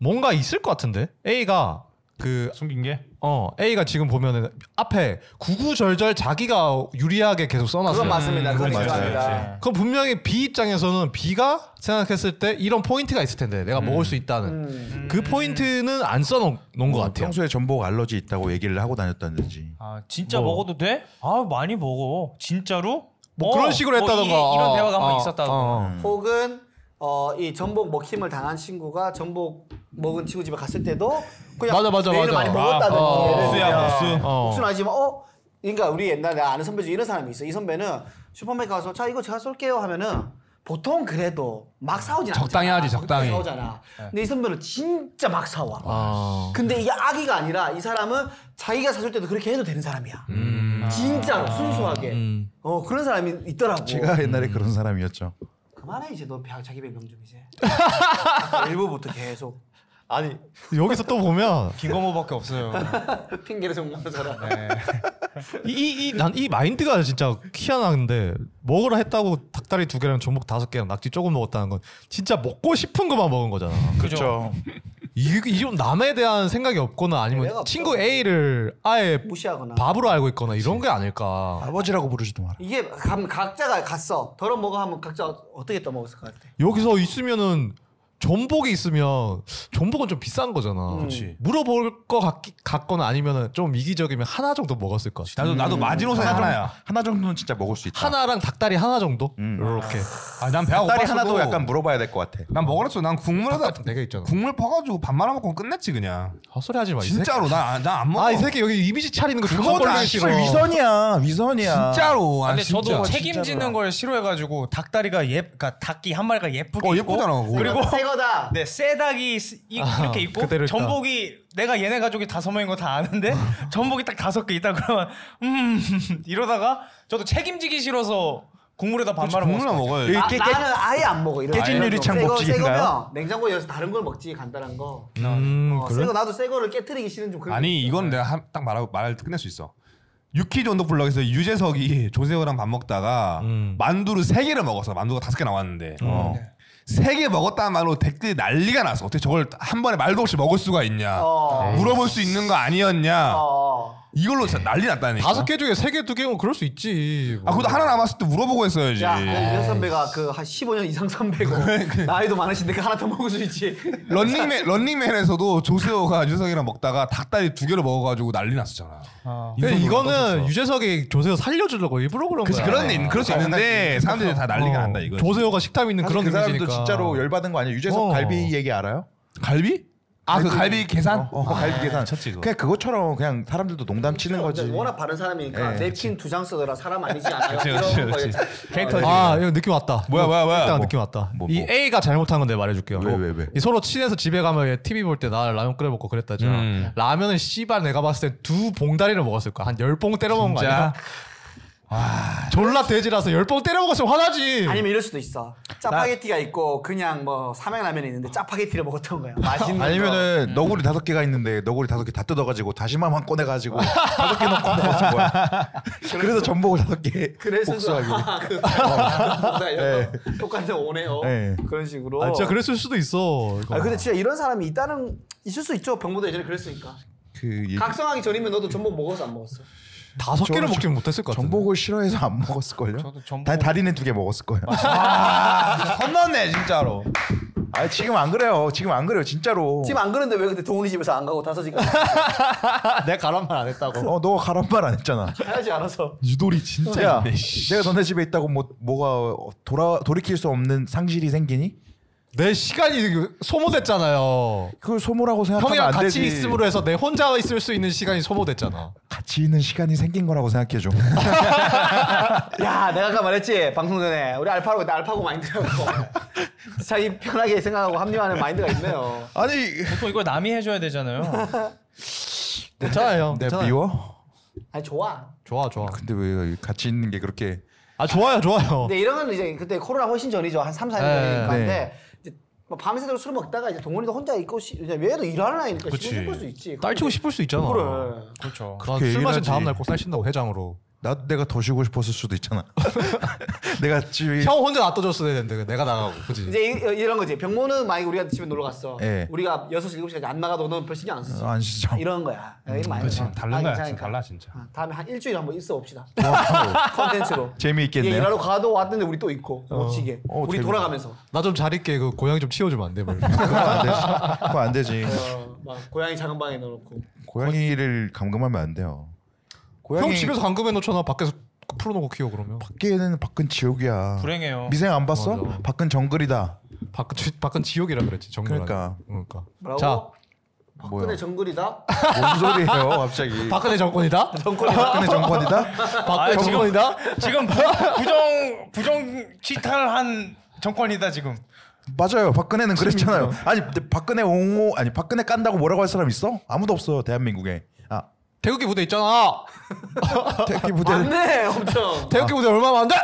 [SPEAKER 4] 뭔가 있을 것 같은데 A가 그
[SPEAKER 2] 숨긴 게?
[SPEAKER 4] 어, A가 지금 보면은 앞에 구구절절 자기가 유리하게 계속 써놨어요.
[SPEAKER 1] 그건 맞습니다 그건
[SPEAKER 2] 그건 맞아요.
[SPEAKER 1] 맞습니다
[SPEAKER 4] 그럼 분명히 B 입장에서는 B가 생각했을 때 이런 포인트가 있을 텐데 내가 먹을 수 있다는
[SPEAKER 1] 음.
[SPEAKER 4] 그 포인트는 안 써놓은 것 같아요.
[SPEAKER 3] 평소에 전복 알러지 있다고 얘기를 하고 다녔다든지.
[SPEAKER 5] 아 진짜
[SPEAKER 4] 뭐.
[SPEAKER 5] 먹어도 돼? 아 많이 먹어. 진짜로?
[SPEAKER 4] 뭐 그런 식으로 했다던가
[SPEAKER 5] 뭐 이게, 이런
[SPEAKER 4] 어,
[SPEAKER 5] 대화가 한번
[SPEAKER 4] 어,
[SPEAKER 5] 있었다던가.
[SPEAKER 4] 어, 어.
[SPEAKER 1] 혹은 어, 이 전복 먹힘을 당한 친구가 전복 먹은 친구 집에 갔을 때도 그냥
[SPEAKER 4] 맞아, 맞아,
[SPEAKER 1] 메인을
[SPEAKER 4] 맞아.
[SPEAKER 1] 많이 먹었다든지
[SPEAKER 4] 아,
[SPEAKER 1] 예를
[SPEAKER 4] 복수야,
[SPEAKER 1] 들면
[SPEAKER 2] 복수.
[SPEAKER 4] 어.
[SPEAKER 1] 복수는 아니지만 어 그러니까 우리 옛날에 아는 선배 중에 이런 사람이 있어 이 선배는 슈퍼맨 가서 자 이거 제가 쏠게요 하면은 보통 그래도 막 싸우진
[SPEAKER 4] 적당히
[SPEAKER 1] 않잖아.
[SPEAKER 4] 하지, 적당히. 네.
[SPEAKER 1] 싸우잖아 근데 이 선배는 진짜 막 싸워
[SPEAKER 4] 아.
[SPEAKER 1] 근데 이게 악의가 아니라 이 사람은 자기가 사줄 때도 그렇게 해도 되는 사람이야
[SPEAKER 4] 음.
[SPEAKER 1] 진짜로
[SPEAKER 4] 아.
[SPEAKER 1] 순수하게 어 그런 사람이 있더라고
[SPEAKER 3] 제가 옛날에 그런 사람이었죠.
[SPEAKER 1] 그만해 이제 너 배- 자기 변경 좀 이제 아까 일부부터 계속
[SPEAKER 4] 아니 여기서 또 보면
[SPEAKER 5] 빈거모밖에
[SPEAKER 4] (laughs)
[SPEAKER 5] 없어요.
[SPEAKER 1] 핑계를 정하는 사람
[SPEAKER 4] 이이난 이 마인드가 진짜 희한한데 먹으라 했다고 닭다리 두 개랑 전복 다섯 개랑 낙지 조금 먹었다는 건 진짜 먹고 싶은 것만 먹은 거잖아.
[SPEAKER 3] 그렇죠.
[SPEAKER 4] 이게 이런 남에 대한 생각이
[SPEAKER 1] 배가
[SPEAKER 4] 없거나
[SPEAKER 1] 뭐
[SPEAKER 4] 아니면
[SPEAKER 1] 없어.
[SPEAKER 4] 친구 A를 아예
[SPEAKER 1] 무시하거나
[SPEAKER 4] 밥으로 알고 있거나 이런 게 아닐까.
[SPEAKER 3] 아버지라고 부르지도 마라.
[SPEAKER 1] 이게 감, 각자가 갔어 덜어 먹어 하면 각자 어떻게 떠먹었을 것 같아
[SPEAKER 4] 여기서 있으면은 전복이 있으면 전복은 좀 비싼 거잖아.
[SPEAKER 1] 음.
[SPEAKER 2] 그렇지.
[SPEAKER 4] 물어볼 것 같, 같거나 아니면은 좀 이기적이면 하나 정도 먹었을 것 같아.
[SPEAKER 2] 나도 나도 마지노선 하나야.
[SPEAKER 3] 하나 정도는 진짜 먹을 수 있다.
[SPEAKER 4] 하나랑 닭다리 하나 정도?
[SPEAKER 3] 음.
[SPEAKER 4] 이렇게.
[SPEAKER 2] 아난 배가
[SPEAKER 3] 딸이
[SPEAKER 2] 고팠어도
[SPEAKER 3] 하나도 약간 물어봐야 될 것 같아.
[SPEAKER 2] 난 먹으랬어. 난 국물에다
[SPEAKER 4] 닭다리 네개 있잖아. 아,
[SPEAKER 2] 국물 퍼가지고 밥 말아 먹고 끝냈지 그냥.
[SPEAKER 4] 헛소리 하지 마. 어, 이 새끼.
[SPEAKER 2] 진짜로 나나안 먹어.
[SPEAKER 4] 아, 이 새끼 여기 이미지 차리는 거 그거
[SPEAKER 2] 그거다,
[SPEAKER 4] 걸리기 싫어.
[SPEAKER 2] 씨발, 위선.
[SPEAKER 3] 위선이야, 위선이야.
[SPEAKER 2] 진짜로. 아,
[SPEAKER 5] 근데
[SPEAKER 2] 진짜.
[SPEAKER 5] 저도 책임지는 걸 싫어해가지고 닭다리가 예, 그러니까 닭이 한 마리가 예쁘게
[SPEAKER 2] 어,
[SPEAKER 5] 있고
[SPEAKER 2] 예쁘잖아, 그거.
[SPEAKER 5] 그리고
[SPEAKER 1] 뭐, 새 거다
[SPEAKER 5] 네 새닭이 스- 이-
[SPEAKER 4] 아,
[SPEAKER 5] 이렇게 있고
[SPEAKER 4] 그대로 있다.
[SPEAKER 5] 전복이 내가 얘네 가족이 다섯 명인 거 다
[SPEAKER 4] (laughs)
[SPEAKER 5] 아는데 전복이 딱 다섯 개 있다 그러면 음 이러다가 저도 책임지기 싫어서 국물에다 밥 말아
[SPEAKER 2] 국물만
[SPEAKER 5] 먹었어요.
[SPEAKER 2] 먹어요.
[SPEAKER 1] 나,
[SPEAKER 3] 깨- 깨-
[SPEAKER 1] 나는 아예 안 먹어 이런
[SPEAKER 3] 깨진
[SPEAKER 1] 거.
[SPEAKER 3] 유리창
[SPEAKER 1] 새거-
[SPEAKER 3] 법칙인가요?
[SPEAKER 1] 새거면 냉장고에 열어서 다른 걸 먹지 간단한 거
[SPEAKER 4] 음,
[SPEAKER 1] 어,
[SPEAKER 4] 그래?
[SPEAKER 1] 새거 나도 새거를 깨뜨리기 싫은 좀 그런 거
[SPEAKER 2] 아니
[SPEAKER 1] 있어.
[SPEAKER 5] 네.
[SPEAKER 2] 이건 내가 한- 딱 말하고 말을 끝낼 수 있어. 유키즈 언더 블럭에서 유재석이 (laughs) 조세호랑 밥 먹다가
[SPEAKER 4] 음. 어.
[SPEAKER 2] 만두를 세 개를 먹었어. 만두가 다섯 개 나왔는데 어. 세 개 먹었다는 말로 댓글이 난리가 났어. 어떻게 저걸 한 번에 말도 없이 먹을 수가 있냐?
[SPEAKER 1] 어.
[SPEAKER 2] 물어볼 수 있는 거 아니었냐?
[SPEAKER 1] 어.
[SPEAKER 2] 이걸로 진짜 난리 났다니까.
[SPEAKER 4] 다섯 개 중에 세 개 두 개면 그럴 수 있지. 뭐.
[SPEAKER 2] 아 그래도 하나 남았을 때 물어보고 했어야지.
[SPEAKER 1] 야, 이 선배가 그 한 15년 이상 선배고 나이도 많으신데 그 하나 더 먹을 수 있지.
[SPEAKER 2] 런닝맨 런닝맨에서도 조세호가 유재석이랑 먹다가 닭다리 두 개를 먹어가지고 난리 났었잖아.
[SPEAKER 5] 아.
[SPEAKER 4] 근데
[SPEAKER 2] 인성으로
[SPEAKER 4] 예, 이거는
[SPEAKER 2] 떴었어.
[SPEAKER 4] 유재석이 조세호 살려주려고 일부러 그런
[SPEAKER 2] 그치
[SPEAKER 4] 거야.
[SPEAKER 2] 예, 그런 일 그럴 수 있는데 사람들이 다 난리가
[SPEAKER 4] 어,
[SPEAKER 2] 난다 이거.
[SPEAKER 4] 조세호가 식탐 있는
[SPEAKER 3] 그런
[SPEAKER 4] 그런
[SPEAKER 3] 그 사람도
[SPEAKER 4] 이미지니까.
[SPEAKER 3] 진짜로 열받은 거 아니야? 유재석
[SPEAKER 4] 어.
[SPEAKER 3] 갈비 얘기 알아요?
[SPEAKER 2] 갈비? 아 그 갈비 계산? 아,
[SPEAKER 3] 어, 어, 갈비 계산.
[SPEAKER 2] 쳤지, 그거.
[SPEAKER 3] 그냥 그것처럼 그냥 사람들도 농담 치는 거지.
[SPEAKER 1] 그렇죠. 워낙 바른 사람이니까
[SPEAKER 3] 예,
[SPEAKER 1] 냅킨 두 장 쓰더라 사람 아니지 않아요.
[SPEAKER 2] 그치,
[SPEAKER 1] 이런
[SPEAKER 2] 그치,
[SPEAKER 1] 거
[SPEAKER 2] 그치.
[SPEAKER 5] 캐릭터
[SPEAKER 4] 아, 이거 느낌 왔다.
[SPEAKER 2] 뭐야, 뭐야, 뭐야.
[SPEAKER 4] 일단
[SPEAKER 2] 뭐.
[SPEAKER 4] 느낌 왔다.
[SPEAKER 3] 뭐,
[SPEAKER 4] 이
[SPEAKER 3] 뭐.
[SPEAKER 4] A가 잘못한 건데 말해줄게요.
[SPEAKER 3] 왜, 왜, 왜?
[SPEAKER 4] 이 서로 친해서 집에 가면 얘 TV 볼 때 나 라면 끓여 먹고 그랬다죠.
[SPEAKER 2] 음.
[SPEAKER 4] 라면은 씨발 내가 봤을 때 두 봉다리를 먹었을 거야. 한 열 봉 때려 먹은 거 아니야? 졸라 돼지라서 열 봉 때려 먹었으면 화나지.
[SPEAKER 1] 아니면 이럴 수도 있어. 짜파게티가 있고 그냥 뭐 삼양라면이 있는데 짜파게티를 먹었던 거야. 맛있는 거. 음.
[SPEAKER 3] 아니면은 너구리 다섯 개가 있는데 너구리 다섯 개 다 뜯어가지고
[SPEAKER 1] (laughs)
[SPEAKER 3] 다시마만 꺼내가지고 다섯 개 넣고 먹었을 거야. 그래서 전복을 다섯 개
[SPEAKER 1] 그래서
[SPEAKER 3] 복수하기로.
[SPEAKER 1] 그 똑같은 오네요.
[SPEAKER 3] 네.
[SPEAKER 1] 그런 식으로.
[SPEAKER 4] 아, 진짜 그랬을 수도 있어. 이거.
[SPEAKER 1] 아, 근데 진짜 이런 사람이 있다는 있을 수 있죠. 병보도 예전에 그랬으니까.
[SPEAKER 3] 그 얘기-
[SPEAKER 1] 각성하기 전이면 너도 전복 먹어서 안 먹었어.
[SPEAKER 4] 다섯 개를
[SPEAKER 3] 저는
[SPEAKER 4] 먹지는 못했을 것 같아.
[SPEAKER 3] 전복을 싫어해서 안 먹었을 걸요.
[SPEAKER 5] 저도 전복-
[SPEAKER 2] 아,
[SPEAKER 3] 다리는 두 개 먹었을 거예요.
[SPEAKER 2] 건너네 진짜로.
[SPEAKER 3] 아 지금 안 그래요. 지금 안 그래요. 진짜로.
[SPEAKER 1] 지금 안 그런데 왜 근데 동훈이 집에서 안 가고 다섯 (laughs) 시간
[SPEAKER 4] 내가 가란 말 안 했다고.
[SPEAKER 3] 어, 너가 가란 말 안 했잖아.
[SPEAKER 1] 가야지 알아서.
[SPEAKER 2] 유돌이 진짜
[SPEAKER 3] 야,
[SPEAKER 2] 있네, 씨.
[SPEAKER 3] 내가 너네 집에 있다고 뭐 뭐가 돌아 돌이킬 수 없는 상실이 생기니?
[SPEAKER 4] 내 시간이 소모됐잖아요.
[SPEAKER 3] 그걸 소모라고 생각하면
[SPEAKER 4] 형이랑
[SPEAKER 3] 안
[SPEAKER 4] 같이
[SPEAKER 3] 되지.
[SPEAKER 4] 있음으로 해서 내 혼자 있을 수 있는 시간이 소모됐잖아.
[SPEAKER 3] 같이 있는 시간이 생긴 거라고 생각해
[SPEAKER 4] (laughs)
[SPEAKER 3] 줘.
[SPEAKER 1] 야, 내가 아까 말했지 방송 전에 우리 알파고 나 알파고 (laughs) 마인드라고 자기 편하게 생각하고 합리화하는 마인드가 있네요.
[SPEAKER 3] 아니
[SPEAKER 5] 보통 이걸 남이 해줘야 되잖아요.
[SPEAKER 4] 괜찮아요, 형.
[SPEAKER 3] 내
[SPEAKER 4] 괜찮아요.
[SPEAKER 3] 미워?
[SPEAKER 1] 아니 좋아.
[SPEAKER 4] 좋아, 좋아.
[SPEAKER 3] 근데 왜 같이 있는 게 그렇게
[SPEAKER 4] 아 좋아요, 좋아요.
[SPEAKER 1] 근데 이런 건 이제 그때 코로나 훨씬 전이죠. 한 3, 4년 전이니까인데 이제 뭐 밤새도록 술 먹다가 이제 동훈이도 혼자 있고 시, 이제 얘도 일하는 아이니까
[SPEAKER 2] 그치.
[SPEAKER 1] 시간 쓸수 있지.
[SPEAKER 4] 딸치고 싶을 수 있잖아.
[SPEAKER 1] 그래.
[SPEAKER 5] 그렇죠.
[SPEAKER 4] 나술
[SPEAKER 3] 얘기를
[SPEAKER 4] 마신
[SPEAKER 3] 하지.
[SPEAKER 4] 다음 날 꼭 딸친다고 회장으로.
[SPEAKER 3] 뭐, 나도 내가 더 쉬고 싶었을 수도 있잖아. (laughs) 내가 집에
[SPEAKER 4] 형 혼자 놔둬줬어야 되는데 그 내가 나가고, 그지?
[SPEAKER 1] 이제 이, 이런 거지. 병모는 만약에 우리가 집에 놀러 갔어.
[SPEAKER 3] 예.
[SPEAKER 1] 우리가 6시, 7시까지 안 나가도 너는 별 신경 안 쓰지.
[SPEAKER 3] 어, 안 쓰죠.
[SPEAKER 1] 이런 거야. 이런 거 많이
[SPEAKER 2] 그치.
[SPEAKER 1] 봐.
[SPEAKER 2] 다른
[SPEAKER 1] 아,
[SPEAKER 2] 거야,
[SPEAKER 1] 괜찮으니까.
[SPEAKER 2] 진짜 달라, 진짜. (laughs)
[SPEAKER 1] 아, 다음에 한 일주일 한번 있어 봅시다.
[SPEAKER 3] 와우.
[SPEAKER 1] (laughs) 컨텐츠로.
[SPEAKER 3] 재미있겠네요.
[SPEAKER 1] 얘 일하러 가도 왔는데 우리 또 있고. 멋지게.
[SPEAKER 3] 어,
[SPEAKER 1] 우리
[SPEAKER 3] 재밌다.
[SPEAKER 1] 돌아가면서.
[SPEAKER 4] 나 좀 잘 있게 그 고양이 좀 치워주면 안
[SPEAKER 3] (laughs)
[SPEAKER 4] 돼? 뭐 이렇게.
[SPEAKER 3] 그건 안 되지. 그건 안 되지.
[SPEAKER 1] 어, 막 고양이 작은 방에 넣어놓고.
[SPEAKER 3] 고양이를 감금하면 안 돼요. 고양이
[SPEAKER 4] 형 집에서 감금해 놓잖아. 밖에서 풀어놓고 키워 그러면.
[SPEAKER 3] 밖에는 밖은 지옥이야.
[SPEAKER 5] 불행해요.
[SPEAKER 3] 미생 안 봤어?
[SPEAKER 4] 맞아.
[SPEAKER 3] 밖은 정글이다.
[SPEAKER 4] 밖 지- 밖은 지옥이라 그랬지 정글.
[SPEAKER 3] 그러니까.
[SPEAKER 4] 그러니까.
[SPEAKER 1] 뭐라고?
[SPEAKER 4] 자
[SPEAKER 3] 뭐야? 네.
[SPEAKER 1] 박근혜
[SPEAKER 3] (laughs)
[SPEAKER 1] 정글이다?
[SPEAKER 3] 뭔 소리예요,
[SPEAKER 4] (laughs)
[SPEAKER 3] 갑자기?
[SPEAKER 1] (laughs)
[SPEAKER 4] 박근혜 정권이다.
[SPEAKER 3] 박근혜 정권이다?
[SPEAKER 5] 아,
[SPEAKER 4] 박근혜 정권이다.
[SPEAKER 5] 지금 부, 부정 부정 치탈한 정권이다 지금.
[SPEAKER 3] 맞아요. 박근혜는 그랬잖아요. 아니 근데 박근혜 옹호 아니 박근혜 깐다고 뭐라고 할 사람 있어? 아무도 없어 대한민국에. 아
[SPEAKER 4] 태극기 부대 있잖아. 아,
[SPEAKER 3] 태극기 부대
[SPEAKER 1] 맞네, 엄청.
[SPEAKER 3] 아.
[SPEAKER 4] 태극기 부대 얼마 안 돼.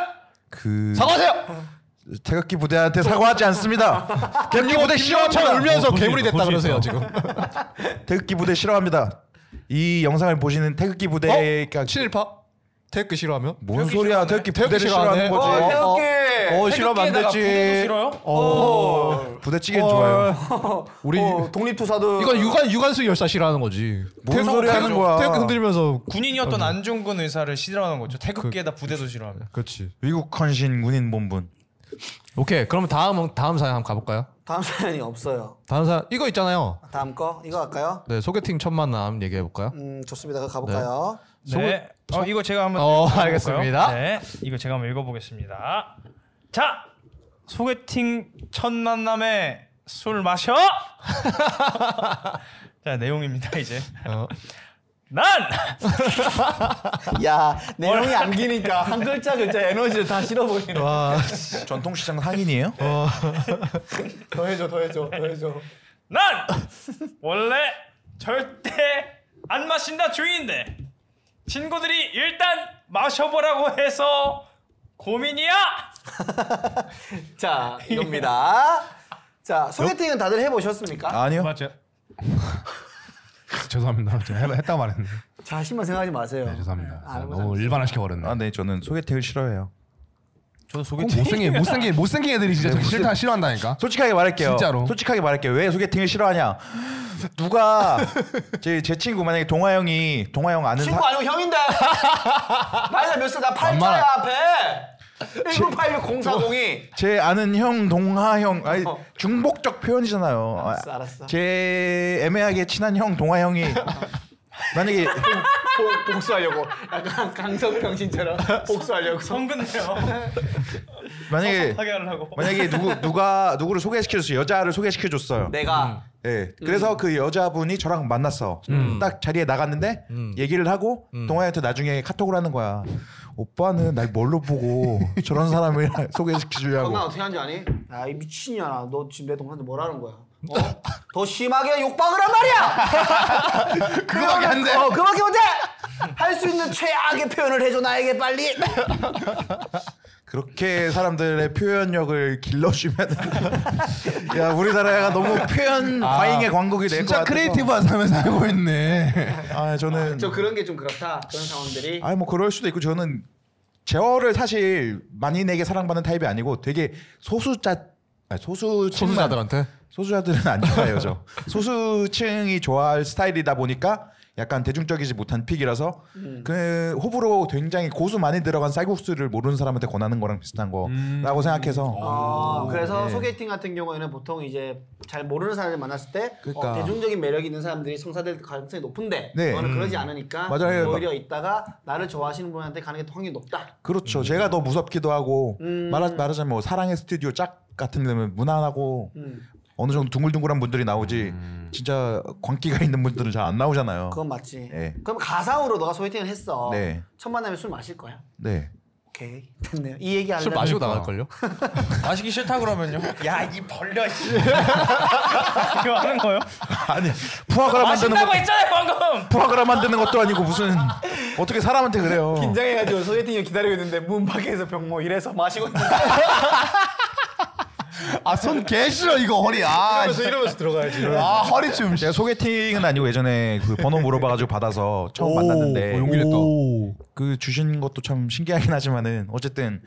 [SPEAKER 3] 그
[SPEAKER 4] 사과하세요.
[SPEAKER 3] 태극기 부대한테 사과하지
[SPEAKER 4] (laughs)
[SPEAKER 3] 않습니다. 태극기 부대
[SPEAKER 4] 참
[SPEAKER 3] 싫어합니다.
[SPEAKER 4] 울면서
[SPEAKER 2] 어, 그럴 수
[SPEAKER 4] 괴물이
[SPEAKER 2] 있어,
[SPEAKER 4] 됐다
[SPEAKER 2] 그럴 수
[SPEAKER 4] 그러세요 (laughs)
[SPEAKER 2] 있어.
[SPEAKER 4] 지금.
[SPEAKER 3] 태극기 부대 싫어합니다. 이 영상을 보시는 태극기 부대가
[SPEAKER 4] 어? 친일파? 태극기 싫어하면?
[SPEAKER 3] 뭔 소리야? 태극기
[SPEAKER 4] 태극기
[SPEAKER 3] 부대를 싫어하는
[SPEAKER 4] 싫어하네.
[SPEAKER 1] 어,
[SPEAKER 3] 거지.
[SPEAKER 1] 태극기!
[SPEAKER 4] 어 싫어하면 안
[SPEAKER 5] 태극기에다가 부대도
[SPEAKER 4] 되지.
[SPEAKER 5] 싫어요?
[SPEAKER 4] 어.
[SPEAKER 3] 부대찌개는 좋아요.
[SPEAKER 4] 우리
[SPEAKER 1] 어, 독립투사도.
[SPEAKER 4] 이건 유관 유관수 열사 싫어하는 거지.
[SPEAKER 3] 뭔
[SPEAKER 4] 태극-
[SPEAKER 3] 소리 하는
[SPEAKER 4] 태극-
[SPEAKER 3] 거야.
[SPEAKER 4] 태극기 흔들면서
[SPEAKER 5] 군인이었던 안중근 의사를 싫어하는 거죠.
[SPEAKER 4] 그
[SPEAKER 5] 태극기에다 부대도 싫어하면.
[SPEAKER 4] 그렇지.
[SPEAKER 3] 미국 헌신 군인 본분.
[SPEAKER 4] 오케이. 그럼 다음 다음 사연 한번 가볼까요?
[SPEAKER 1] 다음 사연이 없어요.
[SPEAKER 4] 다음 사연 이거 있잖아요.
[SPEAKER 1] 다음 거? 이거 할까요?
[SPEAKER 4] 네 소개팅 첫 만남 얘기해 볼까요?
[SPEAKER 1] 음, 좋습니다. 그거 가볼까요?
[SPEAKER 5] 네. 어, 이거 제가 한번
[SPEAKER 4] 어,
[SPEAKER 5] 읽어볼까요?
[SPEAKER 4] 알겠습니다.
[SPEAKER 5] 네. 이거 제가 한번 읽어보겠습니다. 자, 소개팅 첫 만남에 술 마셔. (laughs) 자, 내용입니다 이제.
[SPEAKER 4] 어.
[SPEAKER 5] 난
[SPEAKER 1] 야, 내용이
[SPEAKER 3] (laughs)
[SPEAKER 1] 안기니까 한 글자 글자 에너지를 다 실어버리네.
[SPEAKER 4] 와.
[SPEAKER 3] 전통시장 상인이에요?
[SPEAKER 4] 어.
[SPEAKER 1] 더 해줘, 더 해줘, 더 해줘.
[SPEAKER 5] 난 원래 절대 안 마신다 주의인데 친구들이 일단 마셔보라고 해서 고민이야.
[SPEAKER 1] 자,
[SPEAKER 3] (laughs)
[SPEAKER 1] 이겁니다. 자, 소개팅은 다들 해보셨습니까?
[SPEAKER 3] 아니요.
[SPEAKER 5] 맞죠.
[SPEAKER 2] 죄송합니다. 제가 했- 했다 말했는데
[SPEAKER 1] 자신만 생각하지 마세요.
[SPEAKER 3] 네,
[SPEAKER 2] 죄송합니다.
[SPEAKER 1] 아,
[SPEAKER 2] 너무 일반화시켜 버렸네.
[SPEAKER 3] 아, 네, 저는 소개팅을 싫어해요.
[SPEAKER 5] 저도 소개팅
[SPEAKER 2] 못생긴 못생긴 못생긴 애들이 진짜 저기 싫다 싫어한다니까.
[SPEAKER 3] 솔직하게 말할게요.
[SPEAKER 2] 진짜로.
[SPEAKER 3] 솔직하게 말할게요. 왜 소개팅을 싫어하냐? 누가
[SPEAKER 2] (laughs)
[SPEAKER 3] 제, 제 친구 만약에 동아 형이 동아 형 아는
[SPEAKER 1] 친구
[SPEAKER 3] 사,
[SPEAKER 1] 아니고 (laughs) 형인데 나이가 몇 살? 나
[SPEAKER 2] 만만하-
[SPEAKER 1] 8자야 앞에 19860402
[SPEAKER 3] 제 아는 형 동아 형 아니
[SPEAKER 1] 어.
[SPEAKER 3] 중복적 표현이잖아요. 아,
[SPEAKER 1] 알았어, 알았어.
[SPEAKER 3] 제 애매하게 친한 형 동아 형이 만약에
[SPEAKER 1] 복- 복수하려고 약간 강성병신처럼 복수하려고
[SPEAKER 5] 성근데요.
[SPEAKER 3] 만약에
[SPEAKER 5] 하게 하려고.
[SPEAKER 3] 만약에 누구 누가 누구를 소개시켜줬어 요 여자를 소개시켜줬어요.
[SPEAKER 1] 내가
[SPEAKER 3] 예.
[SPEAKER 1] 음.
[SPEAKER 3] 그래서 그 여자분이 저랑 만났어.
[SPEAKER 2] 음.
[SPEAKER 3] 딱 자리에 나갔는데 얘기를 하고 동아한테 나중에 카톡을 하는 거야. 오빠는 날 뭘로 보고 저런 사람을 (laughs) 소개시켜주려고.
[SPEAKER 1] 건강 어떻게 하는지 아니? 야 이 미친년아 너 지금 내 동생한테 뭐라는 거야 어? 더 심하게 욕박을 한 말이야
[SPEAKER 3] (laughs) 그거밖에 안 돼.
[SPEAKER 1] 어, 그밖에 못해 할 수 있는 최악의 표현을 해줘 나에게 빨리
[SPEAKER 3] 그렇게 사람들의 표현력을 길러주면 (laughs) 야 우리나라가 너무 표현 과잉의 광국이 될것
[SPEAKER 2] 아, 진짜
[SPEAKER 3] 같아서.
[SPEAKER 2] 크리에이티브한 삶을 살고 있네.
[SPEAKER 3] 아 저는
[SPEAKER 1] 저 그런 게 좀 그렇다 그런 상황들이
[SPEAKER 3] 아니 뭐 그럴 수도 있고 저는 제어를 사실 많이에게 사랑받는 타입이 아니고 되게 소수자 아니, 소수 층만-
[SPEAKER 4] 소수자들한테.
[SPEAKER 3] 소수자들은 안 좋아해요 저 소수층이 좋아할 스타일이다 보니까 약간 대중적이지 못한 픽이라서 그 호불호 굉장히 고수 많이 들어간 쌀국수를 모르는 사람한테 권하는 거랑 비슷한 거라고 생각해서
[SPEAKER 1] 아, 그래서 소개팅 같은 경우에는 보통 이제 잘 모르는 사람을 만났을 때 어,
[SPEAKER 3] 그러니까.
[SPEAKER 1] 대중적인 매력이 있는 사람들이 성사될 가능성이 높은데
[SPEAKER 3] 네.
[SPEAKER 1] 너는 그러지 않으니까
[SPEAKER 3] 맞아요.
[SPEAKER 1] 오히려 있다가 나를 좋아하시는 분한테 가는 게 확률이 높다.
[SPEAKER 3] 그렇죠. 제가 더 무섭기도 하고
[SPEAKER 1] 음.
[SPEAKER 3] 말하, 말하자면 뭐 사랑의 스튜디오 짝 같은 데면 무난하고
[SPEAKER 1] 음,
[SPEAKER 3] 어느 정도 둥글둥글한 분들이 나오지 진짜 광기가 있는 분들은 잘 안 나오잖아요.
[SPEAKER 1] 그건 맞지.
[SPEAKER 3] 네.
[SPEAKER 1] 어. 예. 그럼 가상으로 너가 소개팅을 했어.
[SPEAKER 3] 네.
[SPEAKER 1] 첫 만남에 술 마실 거야.
[SPEAKER 3] 네.
[SPEAKER 1] 오케이 (laughs) 됐네요. 이 얘기 하려면 어.
[SPEAKER 4] 술 마시고 나갈 걸요?
[SPEAKER 6] 마시기 싫다 그러면요.
[SPEAKER 5] 야 이 벌려 씨. (laughs) 이거 하는 거요?
[SPEAKER 3] 아니 (laughs) 부하가라 만드는
[SPEAKER 5] 마신다고
[SPEAKER 3] 것,
[SPEAKER 5] 했잖아요 방금.
[SPEAKER 3] 부하가라 만드는 것도 아니고 무슨 어떻게 사람한테 그래요?
[SPEAKER 1] 긴장해가지고 소개팅을 기다리고 있는데 문 밖에서 병모 이래서 마시고 있는
[SPEAKER 2] 아손 개싫어 이거 허리. 아,
[SPEAKER 4] 이러면서 이러면서 들어가야지.
[SPEAKER 2] 아 허리춤.
[SPEAKER 3] 제가 소개팅은 아니고 예전에 그 번호 물어봐가지고 받아서 처음 만났는데 그 주신 것도 참 신기하긴 하지만은 어쨌든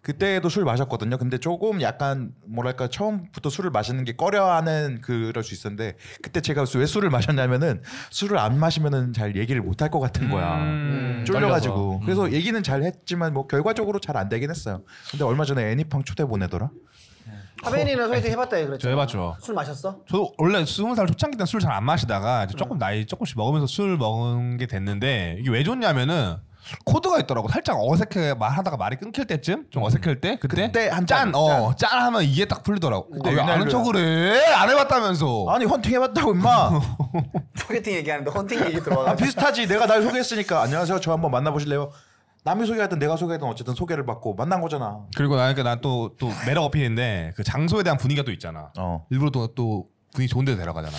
[SPEAKER 3] 그때도 술 마셨거든요. 근데 조금 약간 뭐랄까 처음부터 술을 마시는 게 꺼려하는 그럴 수 있었는데 그때 제가 왜 술을 마셨냐면은 술을 안 마시면은 잘 얘기를 못 할 것 같은 거야. 음. 쫄려가지고 그래서 음. 얘기는 잘 했지만 뭐 결과적으로 잘 안 되긴 했어요. 근데 얼마 전에 애니팡 초대 보내더라.
[SPEAKER 1] 하빈이랑 소개팅 해봤다 그랬죠.
[SPEAKER 2] 저 해봤죠.
[SPEAKER 1] 술 마셨어? (laughs)
[SPEAKER 2] 저도 원래 스무 살 초창기 때 술 잘 안 마시다가 이제
[SPEAKER 3] 음.
[SPEAKER 2] 조금 나이 조금씩 먹으면서 술 먹은 게 됐는데 이게 왜 좋냐면은 코드가 있더라고 살짝 어색해 말하다가 말이 끊길 때쯤 좀 어색할 때 그때,
[SPEAKER 3] 음. 그때 한 잔,
[SPEAKER 2] 한짠어짠 하면 이게 딱 풀리더라고 근데 왜
[SPEAKER 3] 아,
[SPEAKER 2] 아는
[SPEAKER 3] 휘날려요.
[SPEAKER 2] 척을 해안 해봤다면서
[SPEAKER 3] 아니 헌팅해봤다고 임마.
[SPEAKER 1] 소개팅 얘기하는데 헌팅 얘기
[SPEAKER 3] 아, (laughs)
[SPEAKER 1] 들어와가지고
[SPEAKER 3] 비슷하지. 내가 날 소개했으니까 안녕하세요. 저 한번 만나보실래요? 남이 소개하든 내가 소개하든 어쨌든 소개를 받고 만난 거잖아.
[SPEAKER 2] 그리고 나니까 난또또 매력 어필인데 그 장소에 대한 분위기가 또 있잖아
[SPEAKER 3] 어.
[SPEAKER 2] 일부러 또, 또 분위기 좋은 데 데려가잖아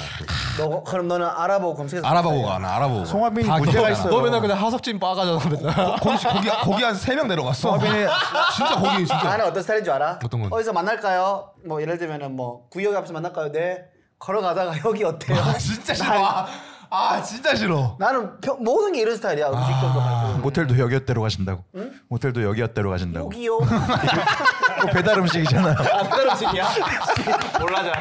[SPEAKER 2] 또.
[SPEAKER 1] 너 그럼 너는 알아보고 검색해서
[SPEAKER 2] 알아보고 가나 알아보고
[SPEAKER 3] 송하빈이
[SPEAKER 2] 다
[SPEAKER 3] 문제가
[SPEAKER 2] 그거잖아.
[SPEAKER 3] 있어요.
[SPEAKER 4] 너 맨날 (laughs) 그냥 하석진 빠가잖아 맨날. (laughs)
[SPEAKER 2] 거기 거기 거기 한 세 명 내려갔어 진짜 거기 진짜
[SPEAKER 1] 나는 어떤 스타일인 줄 알아?
[SPEAKER 2] 어떤 건데?
[SPEAKER 1] 어디서 만날까요? 뭐 예를 들면은 뭐 구역 앞에서 만날까요? 네. 걸어가다가 (laughs) 여기 어때요?
[SPEAKER 2] 아 진짜 싫어. 아, 아, 진짜 싫어.
[SPEAKER 1] 나는 평- 모든 게 이런 스타일이야.
[SPEAKER 2] 아.
[SPEAKER 1] 음식점도 가고.
[SPEAKER 3] 모텔도 여기였대로 가신다고. 모텔도 여기였대로 가신다고.
[SPEAKER 1] 여기요.
[SPEAKER 3] 그거 배달 음식이잖아.
[SPEAKER 1] 아까 음식이야? (laughs) 몰라잖아.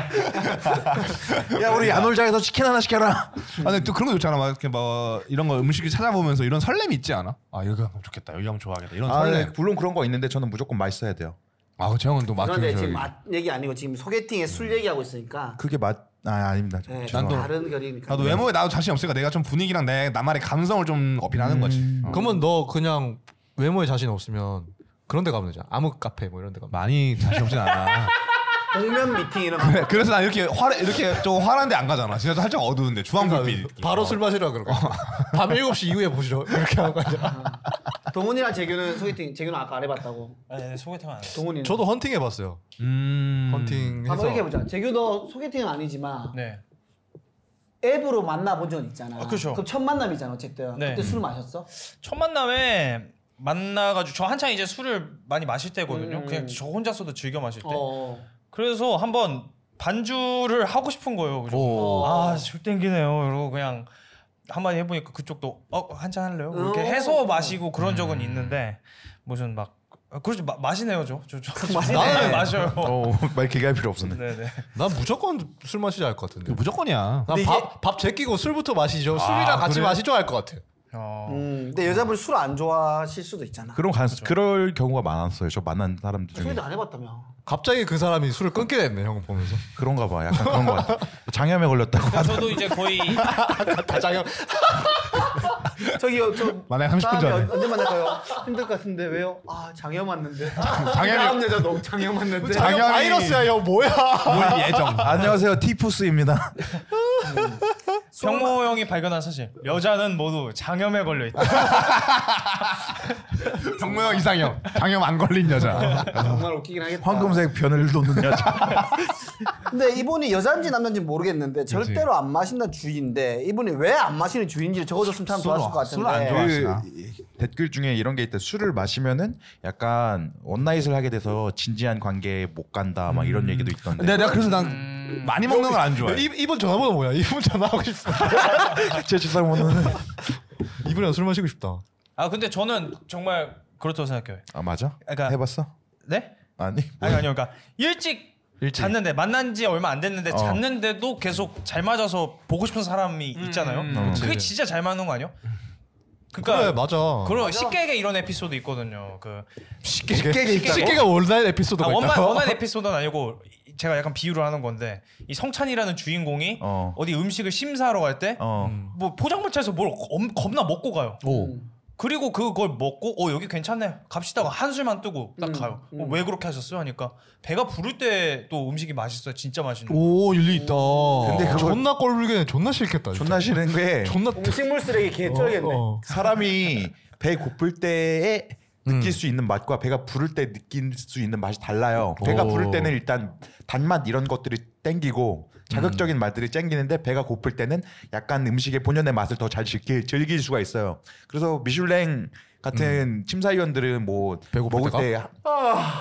[SPEAKER 3] 야 우리 야놀장에서 치킨 하나 시켜라.
[SPEAKER 2] 아니 또 그런 거 좋잖아. 막 이렇게 막 이런 거 음식을 찾아보면서 이런 설렘이 있지 않아? 아 여기 가면 좋겠다. 여기 가면 좋아하겠다. 이런
[SPEAKER 3] 아,
[SPEAKER 2] 설렘.
[SPEAKER 3] 네. 물론 그런 거 있는데 저는 무조건 맛있어야 돼요.
[SPEAKER 2] 아 그렇죠 형은 또
[SPEAKER 1] 그런데
[SPEAKER 2] 맞춰줘야지.
[SPEAKER 1] 지금 맛 얘기 아니고 지금 소개팅에 술 얘기하고 있으니까.
[SPEAKER 3] 그게 맛. 아 아닙니다.
[SPEAKER 1] 네,
[SPEAKER 2] 난 또-
[SPEAKER 1] 다른 결이니까.
[SPEAKER 2] 나도 외모에 나도 자신 없으니까 내가 좀 분위기랑 내 나만의 감성을 좀 어필하는 거지. 어. (laughs)
[SPEAKER 4] 그러면 너 그냥 외모에 자신 없으면 그런 데 가면 되잖아. 암흑 카페 뭐 이런 데 가면.
[SPEAKER 2] 많이 자신 없진 않아.
[SPEAKER 1] 공면 미팅 이런 거.
[SPEAKER 2] 그래, 그래서 난 이렇게 화 이렇게 좀 화난 데안 가잖아. 진짜 살짝 어두운데 주황불빛.
[SPEAKER 4] 바로 술 마시라 그러고. 밤 7시 이후에 보시죠. 이렇게 하고 가자.
[SPEAKER 1] 동훈이랑 재규는 소개팅 재규는 아까 안 해봤다고.
[SPEAKER 5] 네, 소개팅 안 했어.
[SPEAKER 1] 동훈이는.
[SPEAKER 4] 저도 헌팅 해봤어요.
[SPEAKER 2] 음.
[SPEAKER 4] 헌팅 해서.
[SPEAKER 1] 한번 얘기해보자. 재규 너 소개팅은 아니지만
[SPEAKER 5] 네.
[SPEAKER 2] 네.
[SPEAKER 1] 앱으로 만나본 적 있잖아.
[SPEAKER 5] 아, 그쵸.
[SPEAKER 1] 럼첫 만남이잖아 어쨌든.
[SPEAKER 5] 네.
[SPEAKER 1] 그때 술 마셨어?
[SPEAKER 5] 첫 만남에 만나가지고 저 한창 이제 술을 많이 마실 때거든요. 그냥 저 혼자서도 즐겨 마실
[SPEAKER 2] 네.
[SPEAKER 5] 때.
[SPEAKER 1] 어.
[SPEAKER 5] 그래서 한번 반주를 하고 싶은 거예요. 그죠?
[SPEAKER 1] 오.
[SPEAKER 5] 아술 땡기네요. 이러고 그냥 한마디 해보니까 그쪽도 어 한잔 할래요. 이렇게
[SPEAKER 1] 어.
[SPEAKER 5] 해서 마시고 그런 적은 있는데 무슨 막 아, 그렇죠 마, 마시네요 저. 저, 저, 저
[SPEAKER 1] (laughs) 마시네.
[SPEAKER 5] 나는 마셔요.
[SPEAKER 3] 어, 말 길게 할 필요 없었네.
[SPEAKER 5] 네네.
[SPEAKER 4] 난 무조건 술 마시자 할 것 같은데.
[SPEAKER 2] 무조건이야. 아,
[SPEAKER 1] 근데
[SPEAKER 4] 난밥 밥 제끼고 술부터 마시죠. 술이랑 같이
[SPEAKER 2] 그래?
[SPEAKER 4] 마시죠 할 것 같아.
[SPEAKER 5] 어.
[SPEAKER 1] 음, 근데 여자분 술 안 좋아하실 수도 있잖아.
[SPEAKER 3] 그런 가, 그럴 경우가 많았어요. 저 만난 사람들
[SPEAKER 2] 그렇죠.
[SPEAKER 3] 중에
[SPEAKER 1] 소개도 안 해봤다며.
[SPEAKER 4] 갑자기 그 사람이 술을 끊게 됐네 형 보면서.
[SPEAKER 3] 그런가 봐. 약간 그런 거 같아. 장염에 걸렸다고.
[SPEAKER 5] 그러니까 저도 이제 (laughs) 거의
[SPEAKER 2] 아,
[SPEAKER 4] 다 장염.
[SPEAKER 1] 저기요, 저
[SPEAKER 2] (laughs) 만약에 30분
[SPEAKER 1] 다음에
[SPEAKER 2] 전에.
[SPEAKER 1] 언- 언제 만날까요? 힘들 것 같은데 왜요? 아 장염 왔는데.
[SPEAKER 2] 장염이-
[SPEAKER 1] 다음 여자 너무 장염 왔는데.
[SPEAKER 2] 장염-
[SPEAKER 4] 장염 바이러스야 형 뭐야.
[SPEAKER 2] 뭘 예정.
[SPEAKER 3] (laughs) 안녕하세요 티푸스입니다.
[SPEAKER 5] 병모 형이 발견한 사실. 여자는 모두 장염에 걸려 있다.
[SPEAKER 2] (laughs) 정모형 이상형. 장염 안 걸린 여자.
[SPEAKER 1] 정말 웃기긴 하겠다.
[SPEAKER 3] 황금색 변을 돋는 여자.
[SPEAKER 1] 근데 이분이 여자인지 남자인지 모르겠는데 절대로 안 마신다는 주의인데 이분이 왜 안 마시는 주의인지를 적어줬으면 참
[SPEAKER 2] 술을-
[SPEAKER 1] 좋았을 것 같은데.
[SPEAKER 2] 술을 안 좋아해. 좋아하시나?
[SPEAKER 3] 그 댓글 중에 이런 게 있대. 술을 마시면은 약간 원나잇을 하게 돼서 진지한 관계에 못 간다. 막 이런 얘기도 있던데.
[SPEAKER 2] 근데 내가 그래서 난 많이 먹는 걸 안 좋아해.
[SPEAKER 4] 이, 이분 전화번호 뭐야? 이분 전화하고
[SPEAKER 2] (laughs)
[SPEAKER 4] 싶어.
[SPEAKER 3] 제 집사람은
[SPEAKER 4] 이분이랑 술 마시고 싶다.
[SPEAKER 5] 아 근데 저는 정말 그렇다고 생각해요.
[SPEAKER 3] 아 맞아?
[SPEAKER 5] 그러니까-
[SPEAKER 3] 해봤어?
[SPEAKER 5] 네?
[SPEAKER 3] 아니. 뭐.
[SPEAKER 5] 아니 아니요. 그러니까 일찍
[SPEAKER 4] 일찍.
[SPEAKER 5] 잤는데 만난 지 얼마 안 됐는데
[SPEAKER 3] 어.
[SPEAKER 5] 잤는데도 계속 잘 맞아서 보고 싶은 사람이
[SPEAKER 4] 음,
[SPEAKER 5] 있잖아요.
[SPEAKER 4] 그치.
[SPEAKER 5] 그게 진짜 잘 맞는 거 아니야?
[SPEAKER 4] 그래
[SPEAKER 5] 그러니까
[SPEAKER 4] 맞아.
[SPEAKER 5] 그런 식객의 이런 에피소드 있거든요. 그
[SPEAKER 4] 쉽게
[SPEAKER 3] 쉽게가 있다고?
[SPEAKER 4] 쉽게가 원날 에피소드가
[SPEAKER 5] 아, 원만
[SPEAKER 4] 있다고?
[SPEAKER 5] 원한 에피소드는 아니고 제가 약간 비유를 하는 건데 이 성찬이라는 주인공이
[SPEAKER 3] 어.
[SPEAKER 5] 어. 디 음식을 심사하러 갈 때 뭐
[SPEAKER 3] 어.
[SPEAKER 5] 포장마차에서 뭘 엄- 겁나 먹고 가요. 그리고 그걸 먹고 어 여기 괜찮네 갑시다가 한술만 뜨고 딱
[SPEAKER 1] 음,
[SPEAKER 5] 가요. 어,
[SPEAKER 1] 음.
[SPEAKER 5] 왜 그렇게 하셨어요? 하니까 배가 부를 때 또 음식이 맛있어요. 진짜 맛있는. 거.
[SPEAKER 4] 오 일리 있다.
[SPEAKER 3] 근데 그걸-
[SPEAKER 4] 존나 꼴불견해 존나 싫겠다. 진짜.
[SPEAKER 3] 존나 싫은 게
[SPEAKER 4] 존나 태-
[SPEAKER 1] 음식물 쓰레기 개쩔겠네.
[SPEAKER 4] 어, 어. (laughs)
[SPEAKER 3] 사람이 배 고플 때에
[SPEAKER 4] 음.
[SPEAKER 3] 느낄 수 있는 맛과 배가 부를 때 느낄 수 있는 맛이 달라요. 배가
[SPEAKER 4] 오.
[SPEAKER 3] 부를 때는 일단 단맛 이런 것들이 땡기고 자극적인
[SPEAKER 4] 음.
[SPEAKER 3] 맛들이 땡기는데 배가 고플 때는 약간 음식의 본연의 맛을 더 잘 즐길, 즐길 수가 있어요. 그래서 미슐랭 같은 심사위원들은 뭐
[SPEAKER 4] 음. 배고플
[SPEAKER 3] 먹을 때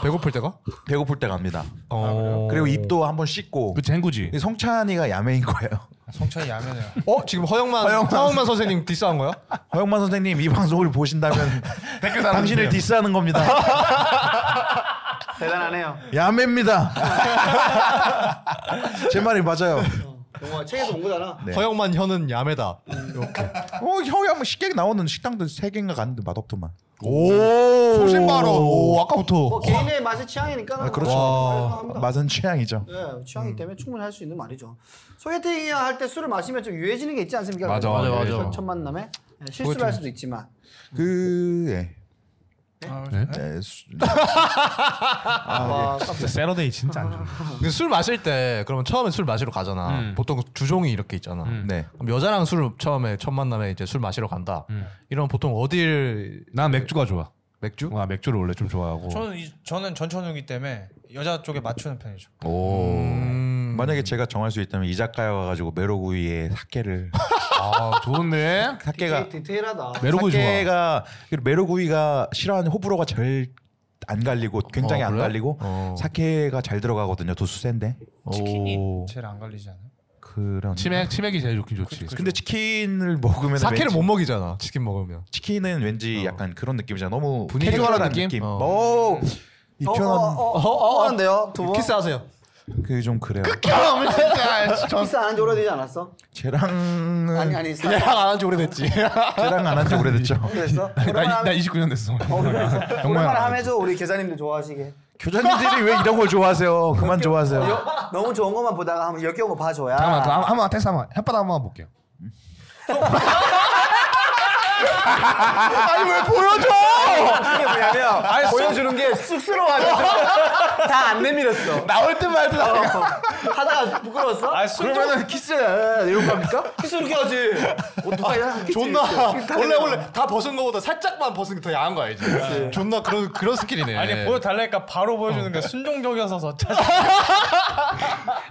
[SPEAKER 4] 배고플 때가?
[SPEAKER 3] 배고플 때 갑니다. 아,
[SPEAKER 4] 어.
[SPEAKER 3] 그리고 입도 한번 씻고
[SPEAKER 2] 그 쟁구지.
[SPEAKER 3] 성찬이가 야매인 거예요. (laughs)
[SPEAKER 5] 성찬이 야면해요.
[SPEAKER 4] 어 지금 허영만
[SPEAKER 3] 허영만.
[SPEAKER 4] 허영만, 선생님 디스한 거야?
[SPEAKER 3] 허영만 선생님 이 방송을
[SPEAKER 4] (laughs)
[SPEAKER 3] 보신다면
[SPEAKER 2] 댓글
[SPEAKER 3] 당신을 디스하는 겁니다.
[SPEAKER 1] 대단하네요.
[SPEAKER 3] (laughs) 야매입니다. 제 말이 맞아요.
[SPEAKER 1] 영화 어, 책에서 본 거잖아.
[SPEAKER 3] 네.
[SPEAKER 4] 허영만 혀는 야매다.
[SPEAKER 3] 어 형이 한번 식객 나오는 식당도 세 개인가 갔는데 맛없더만.
[SPEAKER 4] 오 소신바로. 오
[SPEAKER 1] 뭐
[SPEAKER 4] 아까부터.
[SPEAKER 1] 개인의 맛의 취향이니까.
[SPEAKER 3] 아, 그렇죠.
[SPEAKER 1] 와.
[SPEAKER 3] 맛은 취향이죠.
[SPEAKER 1] 네, 취향이기 때문에 충분히 할 수 있는 말이죠. 소개팅 할 때 술을 마시면 좀 유해지는 게 있지 않습니까?
[SPEAKER 6] 맞아,
[SPEAKER 1] 그래서
[SPEAKER 6] 맞아, 맞아.
[SPEAKER 1] 첫 만남에 네, 실수를 할 수도 있지만.
[SPEAKER 3] 그 예.
[SPEAKER 5] 아,
[SPEAKER 6] 네?
[SPEAKER 3] 네, 수-
[SPEAKER 1] 와, 깜짝
[SPEAKER 2] 세러데이 진짜 안 좋네.
[SPEAKER 4] 근데 술 마실 때 그러면 처음에 술 마시러 가잖아.
[SPEAKER 2] 음.
[SPEAKER 4] 보통 주종이 이렇게 있잖아.
[SPEAKER 3] 네.
[SPEAKER 4] 그럼 여자랑 술 처음에 첫 만남에 이제 술 마시러 간다.
[SPEAKER 2] 음.
[SPEAKER 4] 이러면 보통 어딜
[SPEAKER 2] 난 맥주가 좋아.
[SPEAKER 4] 맥주?
[SPEAKER 2] 와 맥주를 원래 좀 좋아하고.
[SPEAKER 5] 저는 이, 저는 전천후기 때문에 여자 쪽에 맞추는 편이죠.
[SPEAKER 4] 음.
[SPEAKER 3] 만약에 제가 정할 수 있다면 이 작가에 와가지고 메로구이에 사케를
[SPEAKER 2] 아 좋은데.
[SPEAKER 3] (laughs) 사케가 네.
[SPEAKER 1] 디테- 디테일하다.
[SPEAKER 2] 메로구이 좋아.
[SPEAKER 3] 사케가 그리고 메로구이가 싫어하는 호불호가 제일 안 갈리고 굉장히
[SPEAKER 4] 어,
[SPEAKER 3] 안
[SPEAKER 4] 그래요?
[SPEAKER 3] 갈리고
[SPEAKER 4] 어.
[SPEAKER 3] 사케가 잘 들어가거든요. 도수 센데
[SPEAKER 5] 치킨이
[SPEAKER 4] 오.
[SPEAKER 5] 제일 안 갈리지 않아요?
[SPEAKER 3] 그런.
[SPEAKER 2] 치맥 치맥이 제일 좋긴 좋지.
[SPEAKER 3] 근데 치킨을 먹으면
[SPEAKER 4] 사케를
[SPEAKER 3] 왠지-
[SPEAKER 4] 못 먹이잖아. 치킨 먹으면.
[SPEAKER 3] 치킨은 왠지 약간 그런 느낌이잖아. 너무
[SPEAKER 4] 분위기가
[SPEAKER 3] 캐주얼한
[SPEAKER 4] 그런 느낌?
[SPEAKER 3] 어. 느낌.
[SPEAKER 4] 어.
[SPEAKER 3] 어. 이
[SPEAKER 1] 어, 어,
[SPEAKER 3] 튀어나온
[SPEAKER 1] 어, 어, 하는데요, 두 분.
[SPEAKER 4] 키스하세요.
[SPEAKER 3] 그게 좀 그래요.
[SPEAKER 1] 키스 안 한 지 오래되지 않았어?
[SPEAKER 3] 쟤랑은
[SPEAKER 1] 아니 아니. 사...
[SPEAKER 4] 얘랑 안한지 오래됐지.
[SPEAKER 3] 쟤랑 안 한 지 (laughs) 오래됐죠.
[SPEAKER 1] 그랬어?
[SPEAKER 2] 나, 나
[SPEAKER 1] 오랜만에
[SPEAKER 2] 29년 됐어.
[SPEAKER 1] 오랜만에 하면서 우리 계사님들 좋아하시게.
[SPEAKER 3] 교장님들이 왜 이런 걸 좋아하세요? 그만 좋아하세요.
[SPEAKER 1] 여- 너무 좋은 것만 보다가 한번 역겨운 거 봐줘야.
[SPEAKER 2] 잠깐만, 또 한- 한번 테스트 한번 혓바닥 한번 볼게요.
[SPEAKER 3] 아니 왜 보여줘?
[SPEAKER 1] 이게 어, 뭐냐면 보여주는 게 쑥스러워하면서 (laughs) 다안 내밀었어.
[SPEAKER 3] 나올 때만 해도 나.
[SPEAKER 1] 어, (laughs) 하다가 부끄러웠어?
[SPEAKER 5] 아, 술
[SPEAKER 3] 그러면은 키스를 이런
[SPEAKER 4] (laughs)
[SPEAKER 3] 겁니까?
[SPEAKER 1] 키스 이렇게 하지. 어, 누가 이런 키스
[SPEAKER 4] 존나
[SPEAKER 1] 이렇게.
[SPEAKER 4] (laughs)
[SPEAKER 1] (laughs)
[SPEAKER 4] 원래 원래 다 벗은 거보다 살짝만 벗은 게 더 야한 거야 이제. 존나 그런 그런 스킬이네.
[SPEAKER 5] 아니 뭐, 보여달라니까 바로 보여주는 게 순종적이어서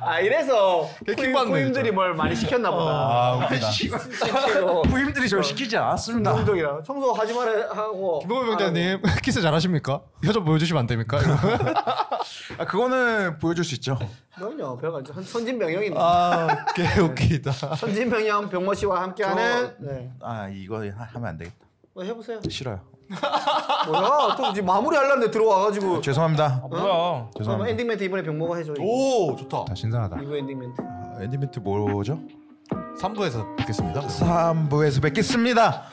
[SPEAKER 1] 아 이래서
[SPEAKER 4] 킹받네,
[SPEAKER 1] 코임들이
[SPEAKER 4] 진짜.
[SPEAKER 1] 뭘 많이 시켰나 (laughs)
[SPEAKER 4] 아,
[SPEAKER 1] 보다.
[SPEAKER 5] 짜증나.
[SPEAKER 4] (laughs)
[SPEAKER 1] 실제로
[SPEAKER 3] 부임들이 저 시키지 않았습니다.
[SPEAKER 1] 운동이라 청소 하지 말아 하고.
[SPEAKER 4] 김동호 병장님 (laughs) 키스 잘하십니까? 혀 좀 보여주시면 안 됩니까?
[SPEAKER 3] 아, 그거는 보여줄 수 있죠.
[SPEAKER 1] 그럼요. 별거 아니죠. 선- (laughs) 선진병영이네.
[SPEAKER 4] 아개 웃기다.
[SPEAKER 1] 선진병영 병모 씨와 함께하는. 네.
[SPEAKER 3] 아 이거 하- 하면 안 되겠다.
[SPEAKER 1] 뭐 해보세요.
[SPEAKER 3] 싫어요.
[SPEAKER 4] 아!
[SPEAKER 1] 뭐야? 또 이제 마무리 하려는데 들어와가지고.
[SPEAKER 3] 죄송합니다.
[SPEAKER 5] (laughs) 뭐야?
[SPEAKER 1] 그럼 엔딩 멘트 이번에 병모가 해줘. 이거.
[SPEAKER 4] 오 좋다.
[SPEAKER 2] 다 신선하다.
[SPEAKER 1] 2부 엔딩 멘트.
[SPEAKER 3] 아, 엔디멘트 뭐죠?
[SPEAKER 4] 3부에서 뵙겠습니다.
[SPEAKER 3] 3부에서 뵙겠습니다.